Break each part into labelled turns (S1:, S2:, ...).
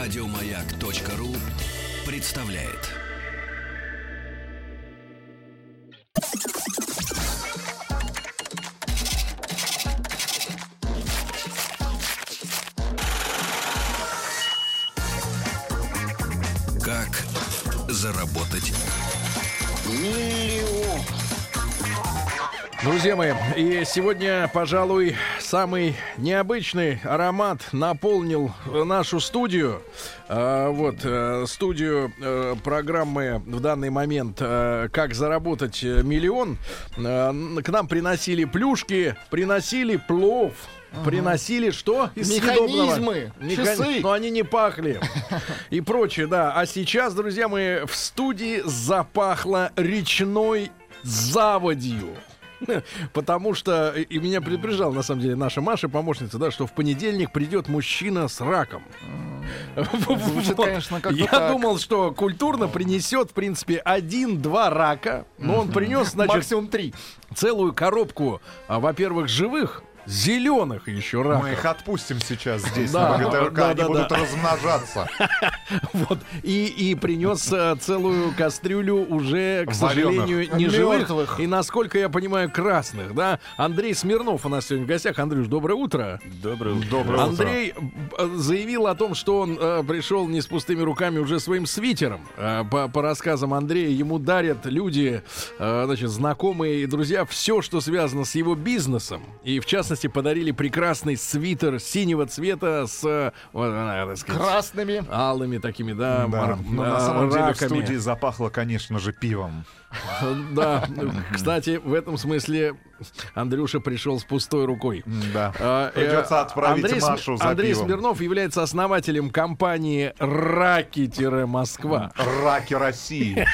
S1: Радиомаяк.ру представляет. Как заработать
S2: Друзья мои, и сегодня, пожалуй, самый необычный аромат наполнил э, нашу студию. А, вот, э, студию э, программы в данный момент э, «Как заработать э, миллион». Э, н- к нам приносили плюшки, приносили плов, приносили что? из съедобного?
S3: Механизмы,
S2: Меха-
S3: часы.
S2: Но они не пахли. И прочее, да. А сейчас, друзья мои, в студии запахло речной заводью. Потому что, и- и меня предупреждала, на самом деле, наша Маша, помощница, да, что в понедельник придет мужчина с раком.
S3: Звучит,
S2: Вот.
S3: конечно, как-то
S2: Я
S3: так.
S2: думал, что культурно принесет, в принципе, один-два рака, но он принес, значит,
S3: Максимум три.
S2: целую коробку, а, во-первых, живых, зеленых еще раков.
S4: Мы их отпустим сейчас здесь,
S2: Да,
S4: на ВГТРК,
S2: да,
S4: они
S2: да,
S4: будут
S2: да.
S4: размножаться.
S2: Вот. И, и принес э, целую кастрюлю уже, к
S4: Варёных.
S2: сожалению, не
S3: Мёртвых.
S2: живых. И, насколько я понимаю, красных, да? Андрей Смирнов у нас сегодня в гостях. Андрюш, доброе утро.
S4: Доброе утро.
S2: Андрей э, заявил о том, что он э, пришел не с пустыми руками уже своим свитером. Э, по, по рассказам Андрея, ему дарят люди, э, значит, знакомые и друзья, все, что связано с его бизнесом. И, в частности, подарили прекрасный свитер синего цвета с... э, вот, э, так сказать,
S3: Красными.
S2: алыми такими, да,
S4: Да,
S2: мар-
S4: но
S2: а,
S4: ну, на самом деле в
S2: раками.
S4: студии запахло, конечно же, пивом.
S2: Да, кстати, в этом смысле Андрюша пришел с пустой рукой.
S4: Да.
S2: А, э,
S4: Придется отправить
S2: Андрей См-
S4: Машу за
S2: Андрей
S4: пивом.
S2: Смирнов является основателем компании «Раки-Москва». Э,
S4: Раки России.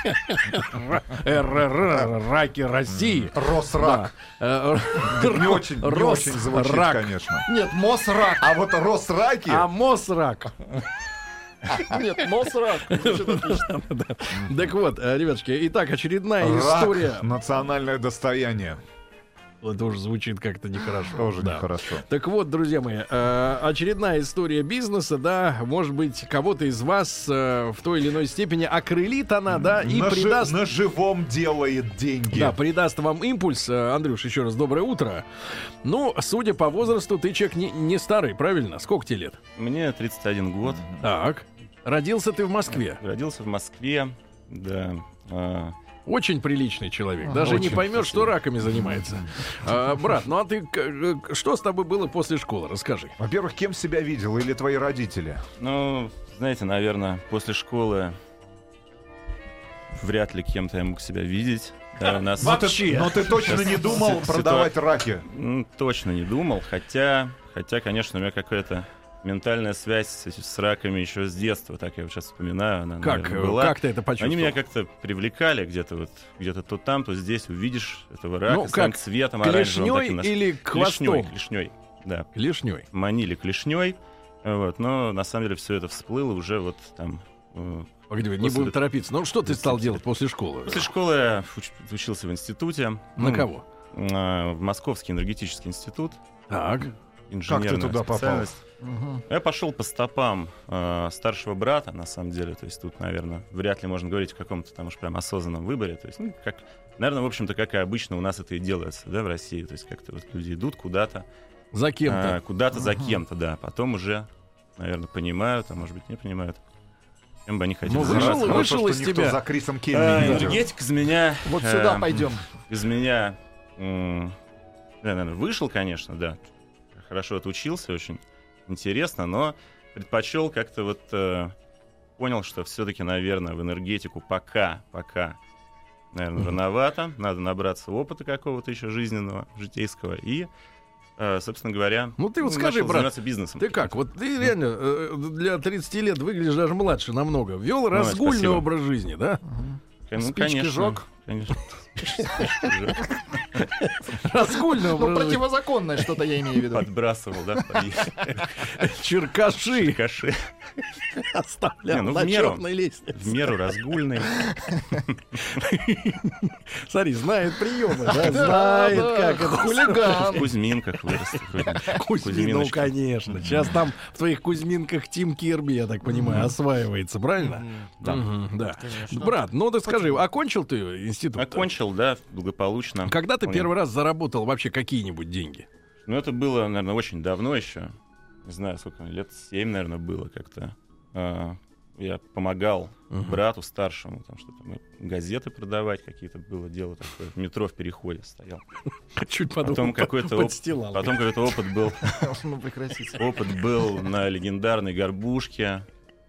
S2: РР, «Раки России».
S4: Росрак.
S2: Да. Э,
S4: Не очень, не
S2: Рос-
S4: очень звучит,
S2: рак.
S4: конечно.
S3: Нет, Мосрак.
S4: А вот Росраки...
S2: А Мосрак.
S3: Нет, Мосрак. Звучит отлично.
S2: Так вот, э, ребятушки, итак, очередная
S4: Рак
S2: история.
S4: национальное достояние.
S2: Это уже звучит как-то нехорошо.
S4: Тоже
S2: Да.
S4: нехорошо.
S2: Так вот, друзья мои, э, очередная история бизнеса, да, может быть, кого-то из вас э, в той или иной степени окрылит она, да, и
S4: на, жи-
S2: придаст...
S4: на живом делает деньги.
S2: Да, придаст вам импульс. Э, Андрюш, еще раз доброе утро. Ну, судя по возрасту, ты человек не, не старый, правильно? Сколько тебе лет?
S5: Мне 31 год.
S2: Так. Родился ты в Москве.
S5: Родился в Москве. Да. а,
S2: Очень приличный человек. Даже не
S4: Очень,
S2: поймешь, что раками занимается. А, брат, ну а ты к- э, что с тобой было после школы? Расскажи.
S4: Во-первых, кем себя видел или твои родители?
S5: ну, знаете, наверное, после школы вряд ли кем-то я мог себя видеть. Да, у нас
S2: Вообще.
S4: Но ты точно не думал
S5: Ситуа-
S4: продавать раки.
S5: Ну, точно не думал, хотя, хотя, конечно, у меня какая-то ментальная связь с, с раками еще с детства, так я вот сейчас вспоминаю, она
S2: Как,
S5: наверное,
S2: э,
S5: была.
S2: как ты это почувствовал?
S5: Они меня как-то привлекали где-то вот, где-то то там, то здесь увидишь этого рака
S2: Ну,
S5: с там
S2: как,
S5: цветом оранжевым.
S2: Клешней
S5: таким, наш-
S2: или
S5: Клешней,
S2: хвостом?
S5: клешней, да.
S2: Клешней.
S5: манили клешней. Вот, но на самом деле все это всплыло уже вот там. э,
S2: Погоди, не
S5: После-
S2: будем торопиться. Ну что ты стал
S5: После-
S2: делать после школы?
S5: После школы я уч- учился в институте.
S2: На
S5: Ну,
S2: кого?
S5: э, В Московский энергетический институт.
S2: Так.
S5: Инженерная
S4: туда попал?
S5: специальность.
S3: Мгм.
S5: Я пошел по стопам э, старшего брата, на самом деле. То есть тут, наверное, вряд ли можно говорить о каком-то там уж прям осознанном выборе. То есть, ну, как, наверное, в общем-то, как и обычно у нас это и делается, да, в России. То есть как-то вот люди идут куда-то,
S2: За
S5: а,
S2: кем-то.
S5: куда-то за кем-то, да. Потом уже, наверное, понимают, а может быть, не понимают. Чем бы они хотели
S2: Ну,
S5: заниматься.
S2: вышел-
S4: Хорошо,
S2: вышел
S4: что
S2: из
S4: никто
S2: тебя.
S4: за Крисом Келли
S5: Э,
S4: не идет.
S5: энергетик из меня...
S3: Вот
S5: э,
S3: сюда пойдем.
S5: Из меня... м, Да, наверное, вышел, конечно, да. Хорошо отучился, очень интересно, но предпочел как-то вот... э, понял, что все-таки, наверное, в энергетику пока, пока, наверное, рановато. Надо набраться опыта какого-то еще жизненного, житейского. И, э, собственно говоря...
S2: Ну, ты вот скажи,
S5: начал
S2: брат,
S5: заниматься бизнесом.
S2: Ты как? Вот ты реально э, для 30 лет выглядишь даже младше намного. Вел
S5: Давай,
S2: разгульный
S5: спасибо.
S2: образ жизни, да?
S5: Ну,
S3: Спички
S5: конечно.
S3: жёг?
S5: Конечно. Спички жёг.
S2: Разгульный
S3: Ну,
S2: образ жизни.
S3: противозаконное что-то я имею в виду.
S5: Подбрасывал, да,
S2: Черкаши.
S5: каши.
S6: Оставлял
S5: Не, ну, в
S6: на
S5: меру.
S6: черной лестнице.
S5: В меру разгульный.
S6: Смотри, знает приемы, да,
S3: Да,
S6: знает,
S3: да,
S6: как это
S5: В
S3: хулиган.
S5: Кузьминках вырос.
S6: Кузьмин, ну,
S5: Кузьминочка.
S6: конечно. Сейчас там в твоих Кузьминках Тим Кирби, я так понимаю, осваивается, правильно?
S5: Да.
S2: Мгм, Да. Брат, ну ты скажи, окончил ты институт?
S5: Окончил, да, благополучно.
S2: Когда ты
S5: Вполне.
S2: первый раз заработал вообще какие-нибудь деньги?
S5: Ну, это было, наверное, очень давно еще. Не знаю, сколько, лет 7, наверное, было как-то. А, Я помогал
S2: Мгм.
S5: брату старшему, там что-то мы газеты продавать какие-то было дело такое. В метро в переходе стоял.
S2: Чуть подумал.
S5: Потом какой-то оп-
S6: Подстилал.
S5: потом какой-то опыт был.
S3: Ну, прекратите.
S5: Опыт был на легендарной горбушке.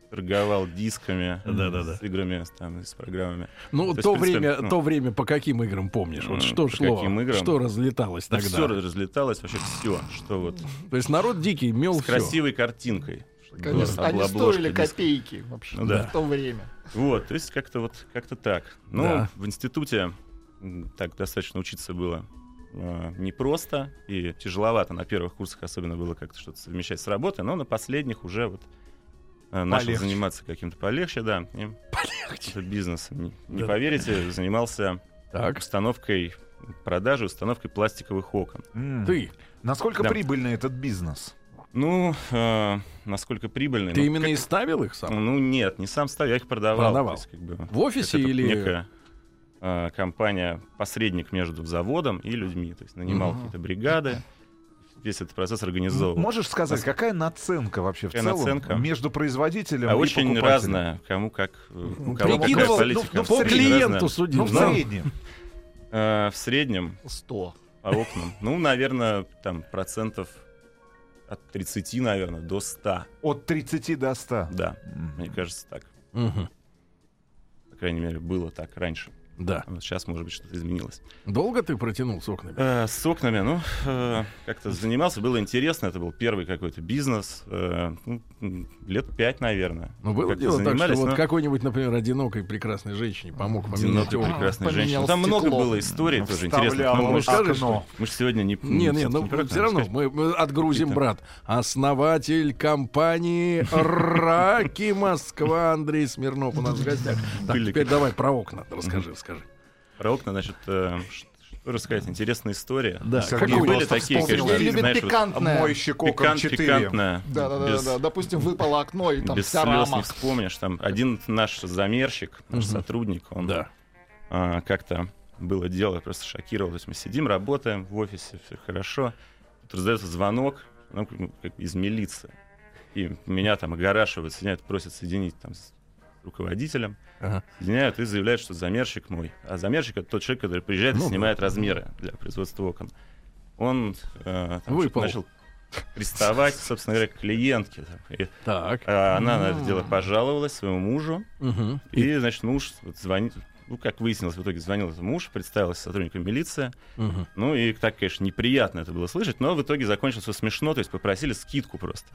S5: Торговал дисками
S6: Да-да-да.
S5: с играми, там, и с программами.
S2: Ну,
S5: То есть,
S2: то,
S5: в принципе,
S2: время,
S5: ну.
S2: то время по каким играм помнишь? Вот
S5: М,
S2: что
S5: по
S2: шло?
S5: каким играм?
S2: Что разлеталось
S5: Да
S2: тогда?
S5: все Ну разлеталось, вообще все, что вот
S2: То есть народ дикий мел
S5: с
S2: все.
S5: красивой картинкой.
S3: Конечно,
S5: Была
S3: они
S5: обложка
S3: стоили
S5: диска.
S3: копейки вообще
S5: Ну да.
S3: в то время.
S5: Вот, то есть как-то вот как-то так. Ну,
S2: Да.
S5: в институте м, так достаточно учиться было э, непросто и тяжеловато. На первых курсах особенно было как-то что-то совмещать с работой, но на последних уже вот э, начал
S4: Полегче.
S5: заниматься каким-то полегче, да. Полегче. бизнесом. Не, не поверите, занимался
S2: Так.
S5: установкой продажи, установкой пластиковых окон.
S4: М.
S2: Ты,
S4: Насколько
S5: Да.
S4: прибыльный этот бизнес?
S5: Ну, э, насколько прибыльный.
S2: ты
S5: ну,
S2: именно и ставил их сам?
S5: Ну нет, не сам ставил, я их продавал.
S2: Продавал.
S5: То есть, как бы,
S2: В офисе
S5: это
S2: или...
S5: некая э, компания посредник между заводом и людьми, то есть нанимал
S3: Ага.
S5: какие-то бригады, весь этот процесс организовывал.
S4: Можешь сказать,
S5: Нас-
S4: какая наценка вообще в
S5: Какая
S4: целом
S5: наценка?
S4: между производителем
S5: а
S4: и
S5: очень
S4: покупателем?
S5: разная, кому как, э, у кого какая
S2: Ну, Прикидывал,
S5: политика.
S2: ну,
S5: в
S2: по
S5: среднем
S2: клиенту
S5: разная.
S4: Ну,
S2: судил.
S4: в
S2: да?
S4: среднем.
S5: Э, в среднем
S3: Сто.
S5: по окнам, ну, наверное, там процентов от 30, наверное, до 100,
S4: От 30 до 100.
S5: да,
S4: М.
S5: мне кажется так.
S2: Мгм,
S5: По крайней мере, было так раньше.
S2: да.
S5: Сейчас, может быть, что-то изменилось.
S2: Долго ты протянул с окнами?
S5: Э, С окнами, ну, э, как-то занимался, было интересно, это был первый какой-то бизнес, э, ну, м, лет пять, наверное.
S2: Ну, было
S5: Как-то
S2: дело так, что
S5: занимались,
S2: вот
S5: но
S2: какой-нибудь, например, одинокой прекрасной женщине помог поменять
S5: одинокой
S2: окна.
S5: прекрасной
S3: Поменял
S5: женщине. Ну, Там
S3: стекло.
S5: много было историй тоже интересных.
S4: Вставлял
S5: но мы,
S4: он
S5: ж-
S2: а скажи,
S4: окно.
S5: мы же сегодня не...
S2: Не, не,
S5: Хм, всё-таки
S2: ну
S5: не
S2: все равно
S5: сказать.
S2: мы, мы отгрузим,
S5: Какие-то-
S2: брат. Основатель компании Раки Москва Андрей Смирнов у нас в гостях. Так,
S5: Были
S2: теперь
S5: какие-то.
S2: давай про окна расскажи, расскажи.
S5: Про окна, значит, э, ш- что рассказать, интересная история.
S2: Да,
S4: Сергей
S5: И
S2: какую?
S5: были
S4: просто
S5: такие,
S4: вспомнил.
S5: конечно,
S4: Или
S5: знаешь,
S3: Любит
S5: вот
S3: пикантное.
S4: Мой щеколком
S5: пикант-
S4: 4.
S5: пикантная,
S3: Да, да, да,
S5: без-
S3: да. Допустим, выпало окно и там
S5: без
S3: вся
S5: слез не
S3: рама.
S5: вспомнишь. Там один наш замерщик, наш
S2: Мгм.
S5: сотрудник, он
S2: Да.
S5: а, как-то было дело, просто шокировало. То есть мы сидим, работаем в офисе, все хорошо. Тут раздается звонок ну, как- как из милиции. И меня там огорашивают, соединяют, просят соединить там с руководителем.
S2: Ага.
S5: Соединяют и заявляют, что замерщик мой. А замерщик — это тот человек, который приезжает
S2: Ну
S5: и
S2: да.
S5: снимает размеры для производства окон. Он э, там
S2: Выпал.
S5: что-то начал приставать, собственно говоря, к клиентке. там. И,
S2: Так.
S5: а, она на это дело пожаловалась своему мужу.
S2: Мгм.
S5: И, значит, муж вот звонит, ну, как выяснилось, в итоге звонил этот муж, представился сотрудником милиции.
S2: Мгм.
S5: Ну, и так, конечно, неприятно это было слышать, но в итоге закончилось все смешно, то есть попросили скидку просто.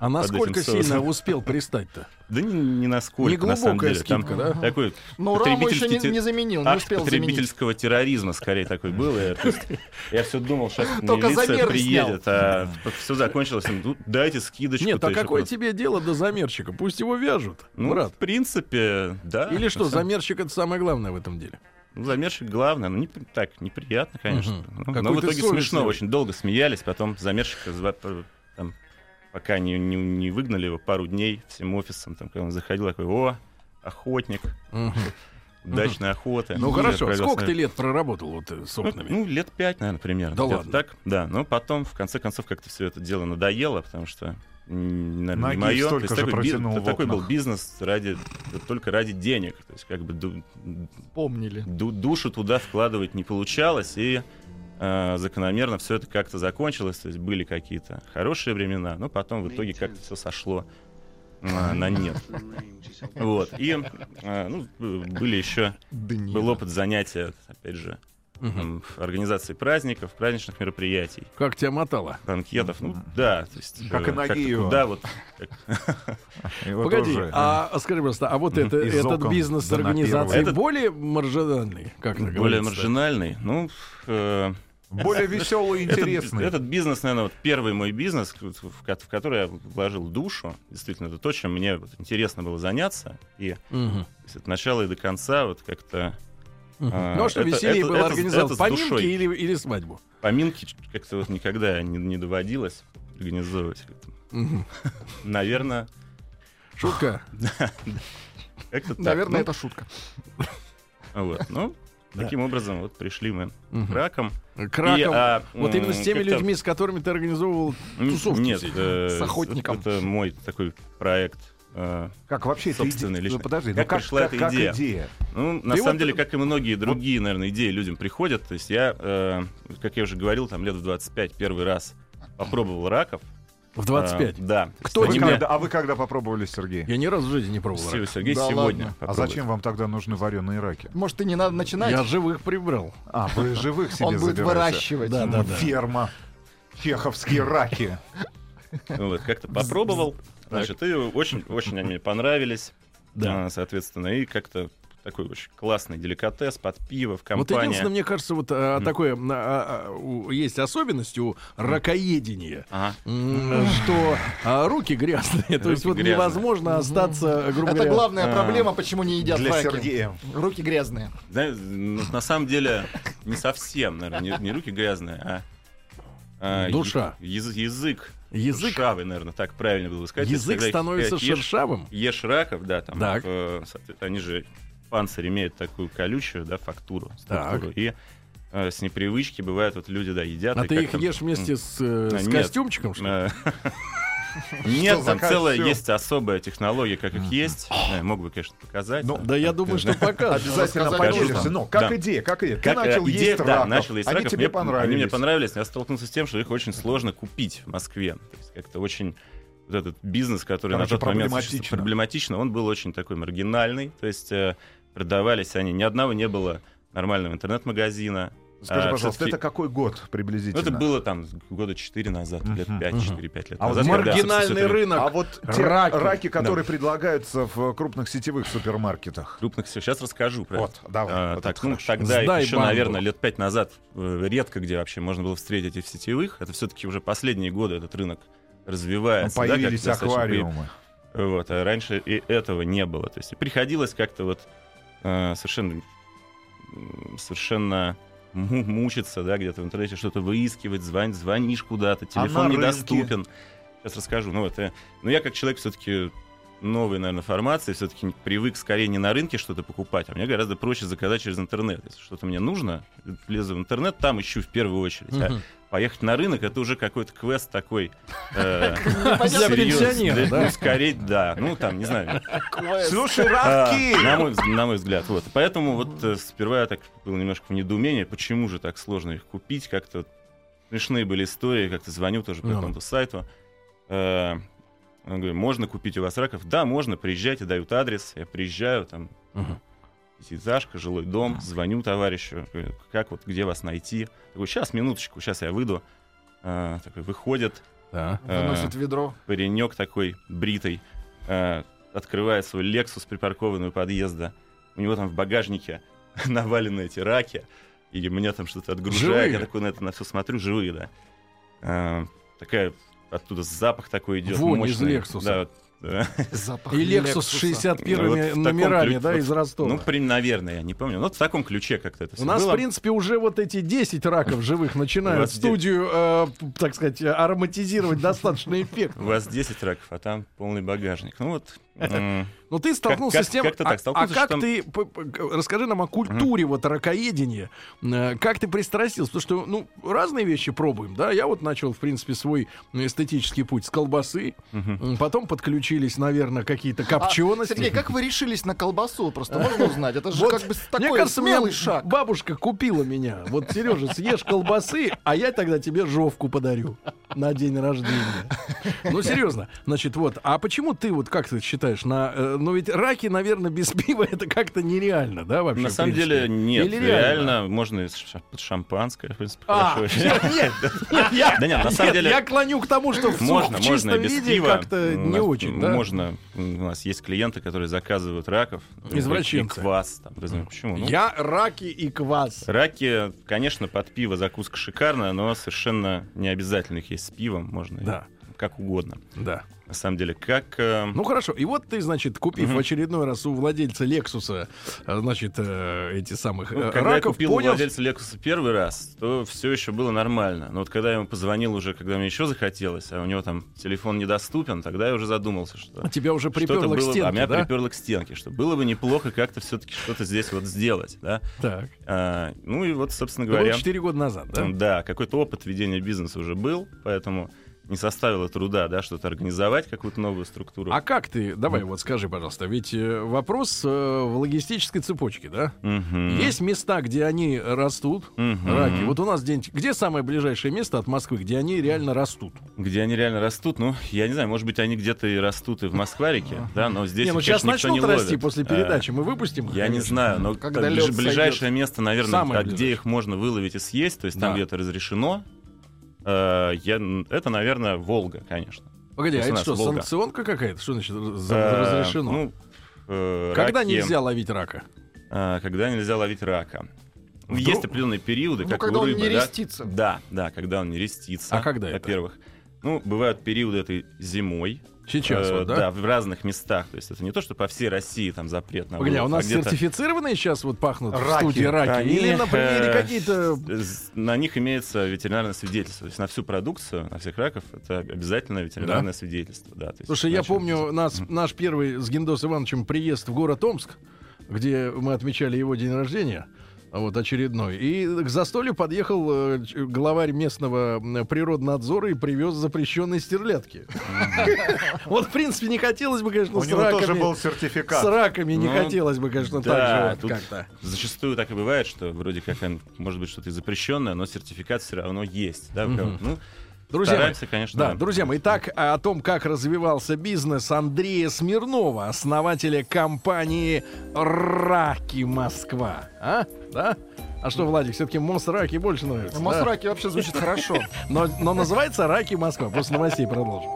S2: А насколько
S5: этим соусом.
S2: сильно успел пристать-то?
S5: Да ни, ни насколько, на самом
S2: Неглубокая
S5: деле. Там
S2: скидка, да?
S5: такой
S3: Ну, раму еще не,
S5: потребительский
S3: не
S5: те-
S3: заменил, не
S5: акт
S3: успел заменить.
S5: потребительского терроризма, скорее, такой был. Я, то есть, я все думал, сейчас
S3: Только
S5: милиция
S3: замер
S5: приедет, а все закончилось. Ну, дайте скидочку.
S2: Нет,
S5: то
S2: а
S5: еще
S2: какое
S5: куда-то.
S2: тебе дело до замерщика? Пусть его вяжут,
S5: Ну,
S2: брат.
S5: в принципе, да.
S2: Или что,
S5: На самом-
S2: замерщик это самое главное в этом деле?
S5: Ну, замерщик главное, ну не при- так неприятно, конечно.
S2: Мгм.
S5: Ну, но
S2: Какой
S5: в
S2: ты
S5: итоге
S2: совестливый.
S5: смешно, очень долго смеялись, потом замерщика зва- п- там, пока не, не, не выгнали его пару дней всем офисом, там, когда он заходил, такой, о, охотник,
S2: Мгм.
S5: удачной охоты.
S2: Ну
S5: И
S2: хорошо,
S5: отправился
S2: сколько
S5: на-
S2: ты лет проработал вот э, с
S5: Ну,
S2: окнами?
S5: ну, лет пять, наверное, примерно.
S2: Да
S5: где-то
S2: ладно.
S5: Так, да, но потом, в конце концов, как-то все это дело надоело, потому что, м, наверное,
S4: Ноги
S5: не мое.
S4: столько же
S5: такой, би-
S4: протянул в
S5: такой был
S4: окнах.
S5: бизнес ради, только ради денег. То есть, как бы, ду-
S3: Помнили.
S5: ду- душу туда вкладывать не получалось, и э, закономерно все это как-то закончилось. То есть были какие-то хорошие времена, но потом в итоге как-то все сошло э, на нет. Вот. И э, ну, э, были еще
S3: Да не.
S5: был опыт занятия, опять же, там, в организации праздников, праздничных мероприятий,
S2: Как тебя мотало?
S5: банкетов. Ну, да, то есть...
S4: Как
S5: э,
S4: и ноги
S5: как-то
S4: его.
S5: куда вот...
S4: И вот
S2: Погоди,
S4: уже,
S2: а а скажи просто, а вот
S5: Мгм.
S2: это,
S4: Из
S2: этот
S4: окон
S2: бизнес
S4: до
S2: организации
S5: напирова.
S2: более маржинальный, как это
S5: Более
S2: говорится?
S5: маржинальный. Ну, э,
S4: Более веселый и
S5: этот-
S4: интересный.
S5: Этот, бизнес, наверное, вот первый мой бизнес, в, в ко- в который я вложил душу. Действительно, это то, чем мне вот интересно было заняться. И то
S2: Мгм.
S5: есть, от начала и до конца вот как-то
S2: Мгм.
S5: А,
S2: ну а что,
S5: это-
S2: веселее
S5: это-
S2: было
S5: это с-
S2: организовать
S5: это с
S2: поминки
S5: душой.
S2: или, или свадьбу?
S5: поминки ч- как-то вот никогда не, не доводилось организовывать.
S2: Мгм.
S5: Наверное,
S2: Шутка.
S5: как-то так.
S3: Наверное,
S5: Ну,
S3: это шутка.
S5: Вот, ну, таким образом вот пришли мы к
S2: Мгм.
S5: ракам.
S2: К ракам.
S5: И, а,
S2: Вот именно с
S5: м,
S2: теми
S5: как-то-
S2: людьми, с которыми ты организовывал
S5: М,
S2: тусовки
S5: Нет,
S2: все эти,
S5: э,
S3: с охотником.
S5: Это мой такой проект. Э,
S4: Как вообще эта
S5: собственный
S4: идея?
S5: личный.
S4: Ну, Подожди, ну
S5: Как
S4: как,
S5: пришла
S4: как-
S5: эта
S4: как
S5: идея?
S4: идея?
S5: Ну, на
S2: И
S5: самом
S2: вот-
S5: деле, как и многие другие, наверное, идеи людям приходят. То есть я, э, как я уже говорил, там лет в 25 первый раз попробовал раков.
S2: в 25.
S5: Э, да.
S2: Кто
S5: То есть
S4: Вы
S5: они
S2: тебя-
S5: меня-
S4: когда- а вы когда попробовали, Сергей?
S2: Я ни разу в жизни не пробовал.
S5: Сергей,
S2: рак.
S5: Сергей
S3: Да
S5: сегодня.
S3: ладно.
S4: А
S5: попробует.
S4: зачем вам тогда нужны вареные раки?
S3: Может, и не надо начинать?
S2: Я живых прибрал.
S4: А, вы живых себе
S3: Он будет
S4: забираете.
S3: выращивать.
S2: Да, да, да.
S4: Ферма. Чеховские раки.
S5: Ну Вот, как-то попробовал. Значит, и очень-очень они мне понравились.
S2: Да.
S5: А, Соответственно, и как-то такой очень классный деликатес под пиво в
S2: Вот
S5: компании.
S2: единственное, мне кажется, вот а,
S5: Мгм.
S2: такое а, а, у- есть особенность у ракоедения.
S5: Ага.
S2: М, что а, руки грязные, то есть
S5: Руки
S2: вот
S5: грязные.
S2: невозможно остаться, грубо
S3: Это
S2: говоря.
S3: главная
S5: А.
S3: проблема, почему не едят
S4: Для
S3: раки.
S4: Сергея.
S3: Руки грязные.
S5: Да, ну, на самом деле, не совсем, наверное, не, не руки грязные, а... а,
S2: Душа.
S5: я- яз- язык.
S2: Язык,
S5: Шершавый, наверное, так правильно было сказать. Если
S2: язык
S5: когда их-
S2: становится
S5: э, ешь-
S2: шершавым.
S5: Ешь раков, да, там,
S2: Так.
S5: э, соответ- они же, панцирь имеет такую колючую, да, фактуру, структуру. И э, с непривычки бывают, вот люди, да, едят.
S2: А
S5: и
S2: ты
S5: как
S2: их
S5: там,
S2: ешь вместе с, э,
S5: А,
S2: с
S5: нет.
S2: костюмчиком? что ли?
S5: Э, Нет,
S4: за
S5: там целая
S4: костюм?
S5: есть особая технология, как их есть. Э, Мог бы, конечно, показать.
S4: Ну,
S5: там. э,
S2: Да я думаю, что покажешь.
S4: Обязательно
S3: Рассказать
S5: нужно.
S4: поделишься. Ну, как
S5: Да.
S4: идея, как идея? Ты
S5: Как, э,
S4: начал
S5: идея,
S4: есть
S5: да,
S4: раков.
S5: начал есть
S4: Они
S5: раков.
S4: тебе
S5: Мне-
S4: понравились.
S5: Они мне понравились, но я столкнулся с тем, что их очень сложно купить в Москве. То есть как-то очень вот этот бизнес, который на
S4: Короче,
S5: тот момент
S4: проблематично.
S5: существовал, проблематично, он был очень такой маргинальный. То есть э, продавались они, ни одного не было нормального интернет-магазина.
S4: Скажи,
S5: А,
S4: пожалуйста,
S5: всё-таки-
S4: это какой год
S5: Ну,
S4: приблизительно?
S5: это было там года 4 назад, лет
S4: Мгм,
S5: 5,
S2: мгм.
S5: 4-5 лет
S4: А вот
S5: назад. когда, собственно, всё
S2: Маргинальный
S5: это
S2: рынок.
S4: А вот те
S2: Раки.
S4: раки, которые предлагаются в крупных сетевых супермаркетах.
S5: крупных все. Сейчас расскажу про
S4: Вот,
S5: это.
S4: давай.
S5: А,
S4: вот
S5: так,
S4: это
S5: ну,
S4: хорошо.
S5: тогда
S2: Сдай
S5: еще,
S2: банку.
S5: наверное, лет пять назад э, редко где вообще можно было встретить и в сетевых. Это все-таки уже последние годы этот рынок
S4: Там
S5: развивается. да, как
S4: Ну, появились
S5: достаточно
S4: аквариумы.
S5: при- Вот, а раньше и этого не было. То есть и приходилось как-то вот э, совершенно, м, совершенно му- мучиться, да, где-то в интернете что-то выискивать, звонить, звонишь куда-то,
S4: А
S5: телефон
S4: на
S5: недоступен. Сейчас расскажу. Ну, вот, э, ну, я как человек все-таки новой, наверное, формации, все-таки привык скорее не на рынке что-то покупать, а мне гораздо проще заказать через интернет. Если что-то мне нужно, лезу в интернет, там ищу в первую очередь. А
S2: Мгм.
S5: поехать на рынок — это уже какой-то квест такой. э,
S3: Ну,
S2: Для
S5: серьезный.
S2: пенсионера, да?
S5: Ну, скорее, да. Ну, там, не знаю.
S4: Слушай,
S5: А, на, мой, вз- на мой взгляд. Вот. Поэтому вот э, сперва я так был немножко в недоумении, почему же так сложно их купить. Как-то смешные были истории, как-то звоню тоже по
S2: Ну.
S5: какому-то сайту. Э, он говорит, можно купить у вас раков? Да, можно, приезжайте, дают адрес. Я приезжаю, там,
S2: Мгм.
S5: пятиэтажка, жилой дом, звоню товарищу, говорю, как вот, где вас найти? Такой, сейчас, минуточку, сейчас я выйду. Э, такой, выходит,
S2: Да.
S5: э,
S3: Выносит ведро.
S5: паренек такой бритый э, открывает свой Lexus, припаркованную у подъезда. У него там в багажнике навалены эти раки. И меня там что-то отгружает.
S2: Живые?
S5: Я такой на это на все смотрю, живые, да. Э, такая оттуда запах такой идет.
S2: Вонь из
S5: мощный.
S2: Lexus.
S5: Да, вот, э,
S3: Запах
S2: И Лексус
S3: «Лексуса».
S2: 61
S5: Ну, Вот в таком
S2: номерами,
S5: ключе,
S2: да,
S5: вот
S2: из Ростова.
S5: ну, при- наверное, я не помню. Но в таком ключе как-то это все
S2: У нас,
S5: было.
S2: в принципе, уже вот эти 10 раков живых начинают
S5: вас
S2: студию, э, так сказать, ароматизировать достаточно эффектно.
S5: У вас 10 раков, а там полный багажник. Ну вот. м,
S2: Но Ну, ты столкнулся
S5: как-
S2: с тем,
S5: как-то так,
S2: а- а,
S5: столкнулся,
S2: как
S5: что там-
S2: ты, п- п- г- расскажи нам о культуре вот ракоедения, Э, как ты пристрастился, потому что, ну, разные вещи пробуем, да, я вот начал, в принципе, свой эстетический путь с колбасы,
S5: мгм.
S2: М, потом подключились, наверное, какие-то
S3: А,
S2: копчености.
S3: Сергей, как вы решились на колбасу? Просто можно узнать. Это же
S2: Вот,
S3: как бы
S2: Мне
S3: такой
S2: кажется, меня
S3: смелый шаг.
S2: бабушка купила меня. Вот, Сережа, съешь колбасы, а я тогда тебе жовку подарю на день рождения. Ну, серьезно. Значит, вот. А почему ты, вот как ты считаешь, на, э, но ведь раки, наверное, без пива это как-то нереально, да, вообще?
S5: На
S2: в
S5: самом
S2: принципе?
S5: деле нет,
S2: Или
S5: реально можно и ш- под шампанское, в принципе,
S2: А,
S5: хорошо.
S2: нет, нет, я-
S5: Да нет, на самом
S2: нет,
S5: деле-
S2: я клоню к тому, что в, су-
S5: Можно,
S2: в
S5: можно,
S2: чистом
S5: и без
S2: виде
S5: пива.
S2: как-то
S5: У
S2: не
S5: нас
S2: очень, да?
S5: Можно. У нас есть клиенты, которые заказывают раков. например,
S2: Извращенцы.
S5: И квас. Там, не знаю, почему. Ну,
S2: Я раки и квас.
S5: Раки, конечно, под пиво закуска шикарная, но совершенно не обязательно их есть с пивом. Можно и
S2: Да.
S5: как угодно.
S2: Да.
S5: На самом деле, как... э,
S2: Ну хорошо, и вот ты, значит, купив в очередной раз у владельца Лексуса, э, значит, э, эти самых
S5: Ну,
S2: э,
S5: когда я
S2: раков,
S5: купил у
S2: понял,
S5: владельца Lexus первый раз, то все еще было нормально. Но вот когда я ему позвонил уже, когда мне еще захотелось, а у него там телефон недоступен, тогда я уже задумался, что...
S2: А тебя уже
S5: Что-то
S2: приперло к
S5: было- а
S2: стенке,
S5: меня
S2: да?
S5: приперло к стенке, что было бы неплохо как-то все-таки что-то здесь вот сделать, да.
S2: Так.
S5: А, ну и вот, собственно
S2: Это было
S5: говоря,
S2: 4 года назад, да?
S5: м, да, какой-то опыт ведения бизнеса уже был, поэтому не составило труда, да, что-то организовать какую-то новую структуру.
S2: А как ты, давай вот скажи, пожалуйста, ведь э, вопрос э, в логистической цепочке, да?
S5: Мгм.
S2: Есть места, где они растут,
S5: Мгм.
S2: раки. Вот у нас день... Где самое ближайшее место от Москвы, где они реально растут?
S5: Где они реально растут, ну, я не знаю, может быть, они где-то и растут и в Москварике, да, но здесь
S2: не, ну
S5: их,
S2: сейчас
S5: конечно, никто
S2: начнут
S5: не ловит.
S2: расти после
S5: А,
S2: передачи, мы выпустим их,
S5: Я
S2: конечно.
S5: не
S2: Ну,
S5: знаю, но
S3: Когда
S5: там
S3: лед
S5: ближ-
S3: сойдет.
S5: ближайшее место, наверное,
S2: Самое
S5: а где
S2: ближайшее.
S5: их можно выловить и съесть, то есть там
S2: Да.
S5: где-то разрешено. Э, Я, н- это, наверное, Волга, конечно.
S2: Погоди, а
S5: Если
S2: это
S5: у нас
S2: что,
S5: Волга.
S2: санкционка какая-то? Что значит раз-
S5: Э,
S2: разрешено?
S5: ну, э,
S2: Когда
S5: раки,
S2: нельзя ловить рака?
S5: э, Когда нельзя ловить рака. Ну,
S2: Вдруг-
S5: Есть определенные периоды,
S3: Ну,
S5: как
S3: когда
S5: у
S3: он
S5: рыбы,
S3: не
S5: да?
S3: рестится.
S5: Да, да, когда он не рестится.
S2: А когда это?
S5: Во-первых. Ну, бывают периоды этой зимой.
S2: Сейчас
S5: Э,
S2: вот, да?
S5: в разных местах. То есть это не то, что по всей России там запрет на
S2: Погоди, а у
S5: вылов,
S2: нас
S5: где-то-
S2: сертифицированные сейчас вот пахнут в
S3: Раки.
S2: студии раки?
S5: Они,
S2: Или, например, или
S5: э,
S2: какие-то...
S5: с- На них имеется ветеринарное свидетельство. То есть на всю продукцию, на всех раков, это обязательно ветеринарное свидетельство. Да, то есть
S2: Слушай, я
S5: иначе
S2: помню
S5: нельзя.
S2: нас, наш первый с Гендос Ивановичем приезд в город Омск, где мы отмечали его день рождения. а Вот очередной. И к застолью подъехал э, ч- главарь местного м, природнадзора и привез запрещенные стерлядки. Вот, в принципе, не хотелось бы, конечно,
S4: У
S2: Ну, с
S4: него тоже был
S2: раками. С
S4: сертификат.
S2: раками не
S5: Ну,
S2: хотелось бы, конечно,
S5: да,
S2: так же
S5: тут
S2: вот как-то.
S5: Зачастую так и бывает, что вроде как он- может быть что-то и запрещенное, но сертификат все равно есть. Да, у
S2: Мгм.
S5: кого-то. Ну,
S2: Друзья мои,
S5: стараемся, конечно.
S2: Да, друзья мои, так о том, как развивался бизнес Андрея Смирнова, основателя компании Раки Москва. А? Да? А что, Владик, все-таки Мос Раки больше нравится? да?
S3: Мосраки вообще звучит хорошо.
S2: Но, но называется Раки Москва. После новостей продолжим.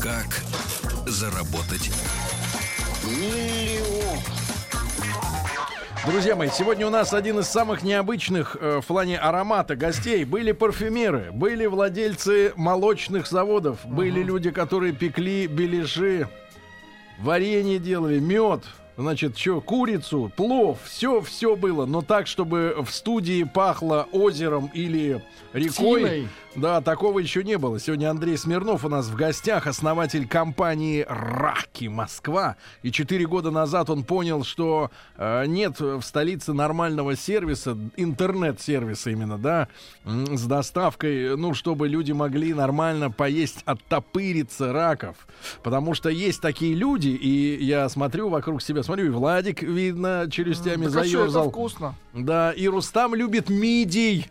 S1: Как заработать?
S2: Друзья мои, сегодня у нас один из самых необычных э, в плане аромата гостей. Были парфюмеры, были владельцы молочных заводов, были люди, которые пекли беляши, варенье делали, мед. Значит, что, курицу, плов, все, все было, но так, чтобы в студии пахло озером или рекой.
S3: Тиной.
S2: Да, такого еще не было. Сегодня Андрей Смирнов у нас в гостях, основатель компании «Раки Москва». И четыре года назад он понял, что э, нет в столице нормального сервиса, интернет-сервиса именно, да, м, с доставкой, ну, чтобы люди могли нормально поесть, оттопыриться раков. Потому что есть такие люди, и я смотрю вокруг себя, смотрю, и Владик, видно, челюстями
S3: Так а чё, это
S2: заерзал.
S3: вкусно.
S2: Да, и Рустам любит мидий.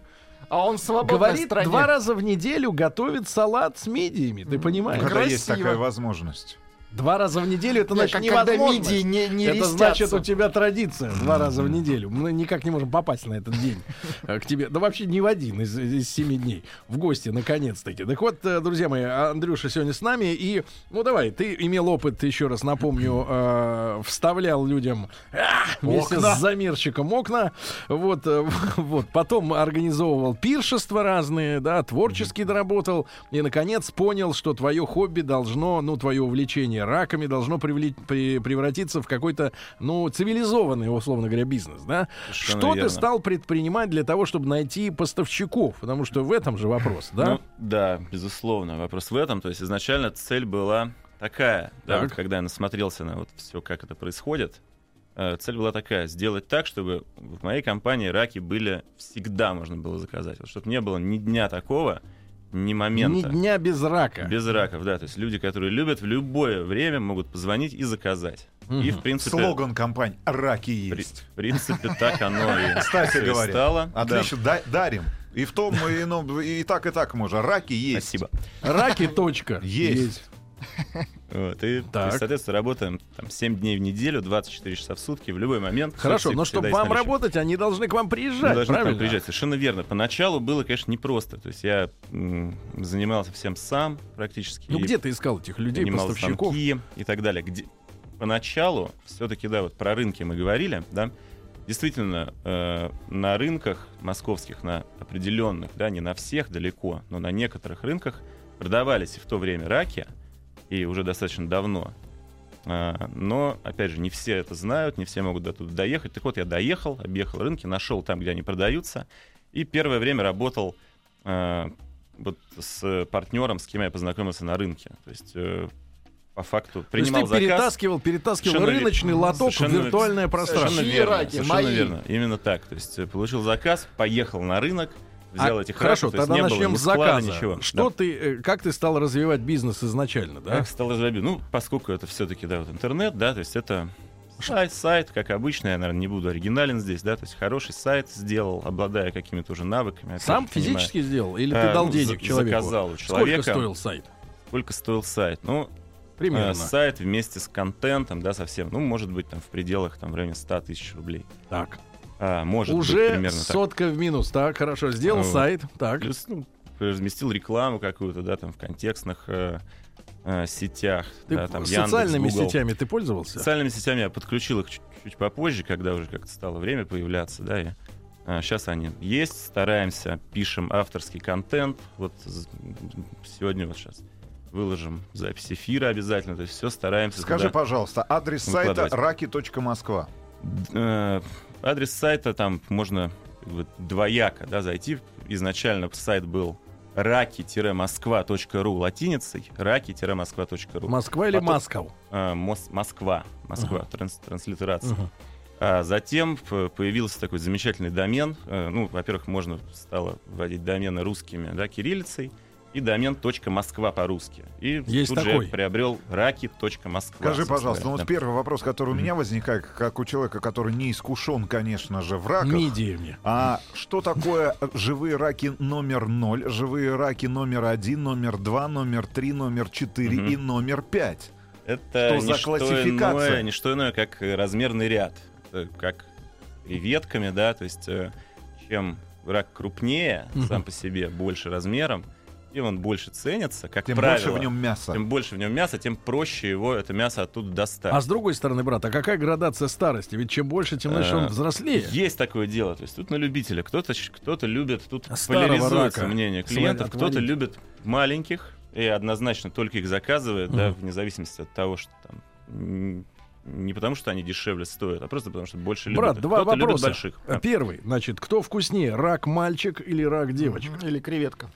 S3: А он в свободной
S2: Говорит,
S3: стране.
S2: два раза в неделю готовит салат с мидиями, ты понимаешь?
S4: Когда есть
S3: Красиво.
S4: такая возможность.
S2: Два раза в неделю это
S3: Нет,
S2: значит
S3: как когда
S2: невозможно.
S3: мидии не, не
S2: это значит
S3: рестятся.
S2: у тебя традиция два раза в неделю. Мы никак не можем попасть на этот день э, к тебе. Да вообще ни в один из, из семи дней в гости наконец-таки. Так вот, э, друзья мои, Андрюша сегодня с нами и ну давай, ты имел опыт еще раз напомню, э, вставлял людям а, вместе с замерщиком окна. Вот, э, вот. Потом организовывал пиршества разные, да, творчески доработал. И, наконец, понял, что твое хобби должно, ну, твое увлечение раками должно привле- при- превратиться в какой-то, ну, цивилизованный, условно говоря, бизнес, да.
S5: Совершенно
S2: что ты
S5: верно.
S2: стал предпринимать для того, чтобы найти поставщиков? Потому что в этом же вопрос, да?
S5: Ну, да, безусловно. Вопрос в этом. То есть изначально цель была такая. Да,
S2: Так.
S5: вот когда я насмотрелся на вот все, как это происходит, э, цель была такая. Сделать так, чтобы в моей компании раки были всегда можно было заказать. Вот, чтобы не было ни дня такого, ни
S2: Ни
S5: момента.
S2: дня без рака.
S5: Без раков, да. То есть люди, которые любят, в любое время могут позвонить и заказать. И, в принципе,
S4: Слоган компании «Раки
S5: при-
S4: есть».
S5: в принципе, так оно и
S4: Кстати
S5: всё и
S4: говоря,
S5: стало. Да.
S4: отлично, А да- дарим. И в том, и ином, и так, и так можно. Раки есть.
S5: Спасибо.
S2: Раки, точка.
S4: Есть.
S5: Вот, и,
S2: Так.
S5: и, соответственно, работаем там 7 дей в неделю, 24 часа в сутки, в любой момент.
S2: Хорошо,
S5: Всегда-
S2: но
S5: всегда
S2: чтобы
S5: есть
S2: вам
S5: наличие.
S2: работать, они должны к вам
S5: Мы
S2: приезжать,
S5: должны к нам
S2: правильно?
S5: приезжать, совершенно верно. Поначалу было, конечно, непросто. То есть я м, занимался всем сам практически.
S2: Ну
S5: и
S2: где ты искал этих людей,
S5: нанимал
S2: поставщиков?
S5: станки и так далее. Где... Поначалу, все-таки, да, вот про рынки мы говорили, да, действительно, э, на рынках московских, на определенных, да, не на всех далеко, но на некоторых рынках продавались и в то время раки, и уже достаточно давно. А, но, опять же, не все это знают, не все могут до туда доехать. Так вот, я доехал, объехал рынки, нашел там, где они продаются, и первое время работал э, вот с партнером, с кем я познакомился на рынке. То есть, э, по факту,
S2: То есть
S5: принимал
S2: ты
S5: заказ.
S2: перетаскивал, перетаскивал
S5: Совершенно вер-
S2: рыночный лоток в
S5: совершенно-
S2: виртуальное пространство.
S5: Совершенно
S3: Чьи
S5: верно,
S3: раки?
S5: совершенно
S3: Мои.
S5: верно. Именно так. То есть, э, получил заказ, поехал на рынок, взял
S2: А,
S5: этих
S2: хорошо,
S5: раков, то есть
S2: тогда
S5: не было
S2: начнем
S5: ни
S2: с
S5: склада,
S2: заказа.
S5: ничего.
S2: Что
S5: Да.
S2: ты, э, как ты стал развивать бизнес изначально, да?
S5: Как стал разраби- Ну, поскольку это все-таки, да, вот интернет, да, то есть это сайт, сайт, как обычно, я, наверное, не буду оригинален здесь, да, то есть хороший сайт сделал, обладая какими-то уже навыками. опять
S2: Сам
S5: же, понимая.
S2: физически сделал или ты
S5: Э,
S2: дал
S5: ну,
S2: денег
S5: за-
S2: человеку?
S5: Заказал у
S2: Сколько
S5: человека.
S2: стоил сайт?
S5: Сколько стоил сайт? Ну, э,
S2: Примерно.
S5: сайт вместе с контентом, да, совсем, ну, может быть, там, в пределах, там, в районе 100 тысяч рублей.
S2: Так.
S5: А, может быть,
S2: Уже
S5: примерно так.
S2: сотка в минус. Так, хорошо. Сделал
S5: Вот.
S2: сайт. Так.
S5: Плюс, ну, разместил рекламу какую-то, да, там, в контекстных э, э, сетях.
S2: Ты
S5: да, там, Яндекс,
S2: социальными
S5: Google.
S2: сетями ты пользовался?
S5: Социальными сетями я подключил их чуть-чуть попозже, когда уже как-то стало время появляться, да, и сейчас они есть, стараемся, пишем авторский контент, вот з- сегодня вот сейчас выложим запись эфира обязательно, то есть все стараемся.
S4: Скажи,
S5: туда.
S4: пожалуйста, адрес сайта
S5: Выкладывать.
S4: raki.moskva.
S5: Э, адрес сайта там можно как бы двояко, да, зайти, изначально сайт был raki-moskva.ru латиницей, raki-moskva.ru.
S2: Москва или
S5: Потом-
S2: Масков?
S5: э, Мос- Москва, Москва, транс- транслитерация. А затем п- появился такой замечательный домен. Э, Ну, во-первых, можно стало вводить домены русскими, да, кириллицей. И домен .москва по-русски. И
S2: Есть
S5: тут же
S2: такой.
S5: я приобрел ракет.москва.
S4: Скажи,
S5: собственно
S4: пожалуйста, ну
S5: говоря,
S4: вот
S5: да.
S4: первый вопрос, который у меня возникает, как у человека, который не искушен, конечно же, в раках.
S2: Мидии мне.
S4: А что такое живые раки номер 0, живые раки номер один, номер два, номер три, номер четыре
S5: Мгм.
S4: и номер пять?
S5: Это
S4: что за
S5: не
S4: классификация?
S5: Иное, не что иное, как э, размерный ряд. Это как креветками, да, то есть э, чем рак крупнее
S2: Мгм.
S5: сам по себе, больше размером, тем он больше ценится, как
S4: Тем
S5: правило.
S4: больше в нем мяса.
S5: Чем больше в нем мяса, тем проще его это мясо оттуда достать.
S2: А с другой стороны, брат, а какая градация старости? Ведь чем больше, тем лучше он
S5: Э,
S2: взрослее.
S5: Есть такое дело, то есть тут на любителя. Кто-то кто любит, тут
S2: А Старого
S5: поляризуется
S2: рака.
S5: мнение
S2: Смотри,
S5: клиентов, кто-то
S2: отвалить.
S5: любит маленьких и однозначно только их заказывает, да, вне зависимости от того, что там м, не потому, что они дешевле стоят, а просто потому, что больше любят.
S2: Брат,
S5: их.
S2: два
S5: кто-то любит
S2: вопроса.
S5: больших. А, Да.
S2: Э, Первый, значит, кто вкуснее, рак мальчик или рак девочка?
S3: Или креветка.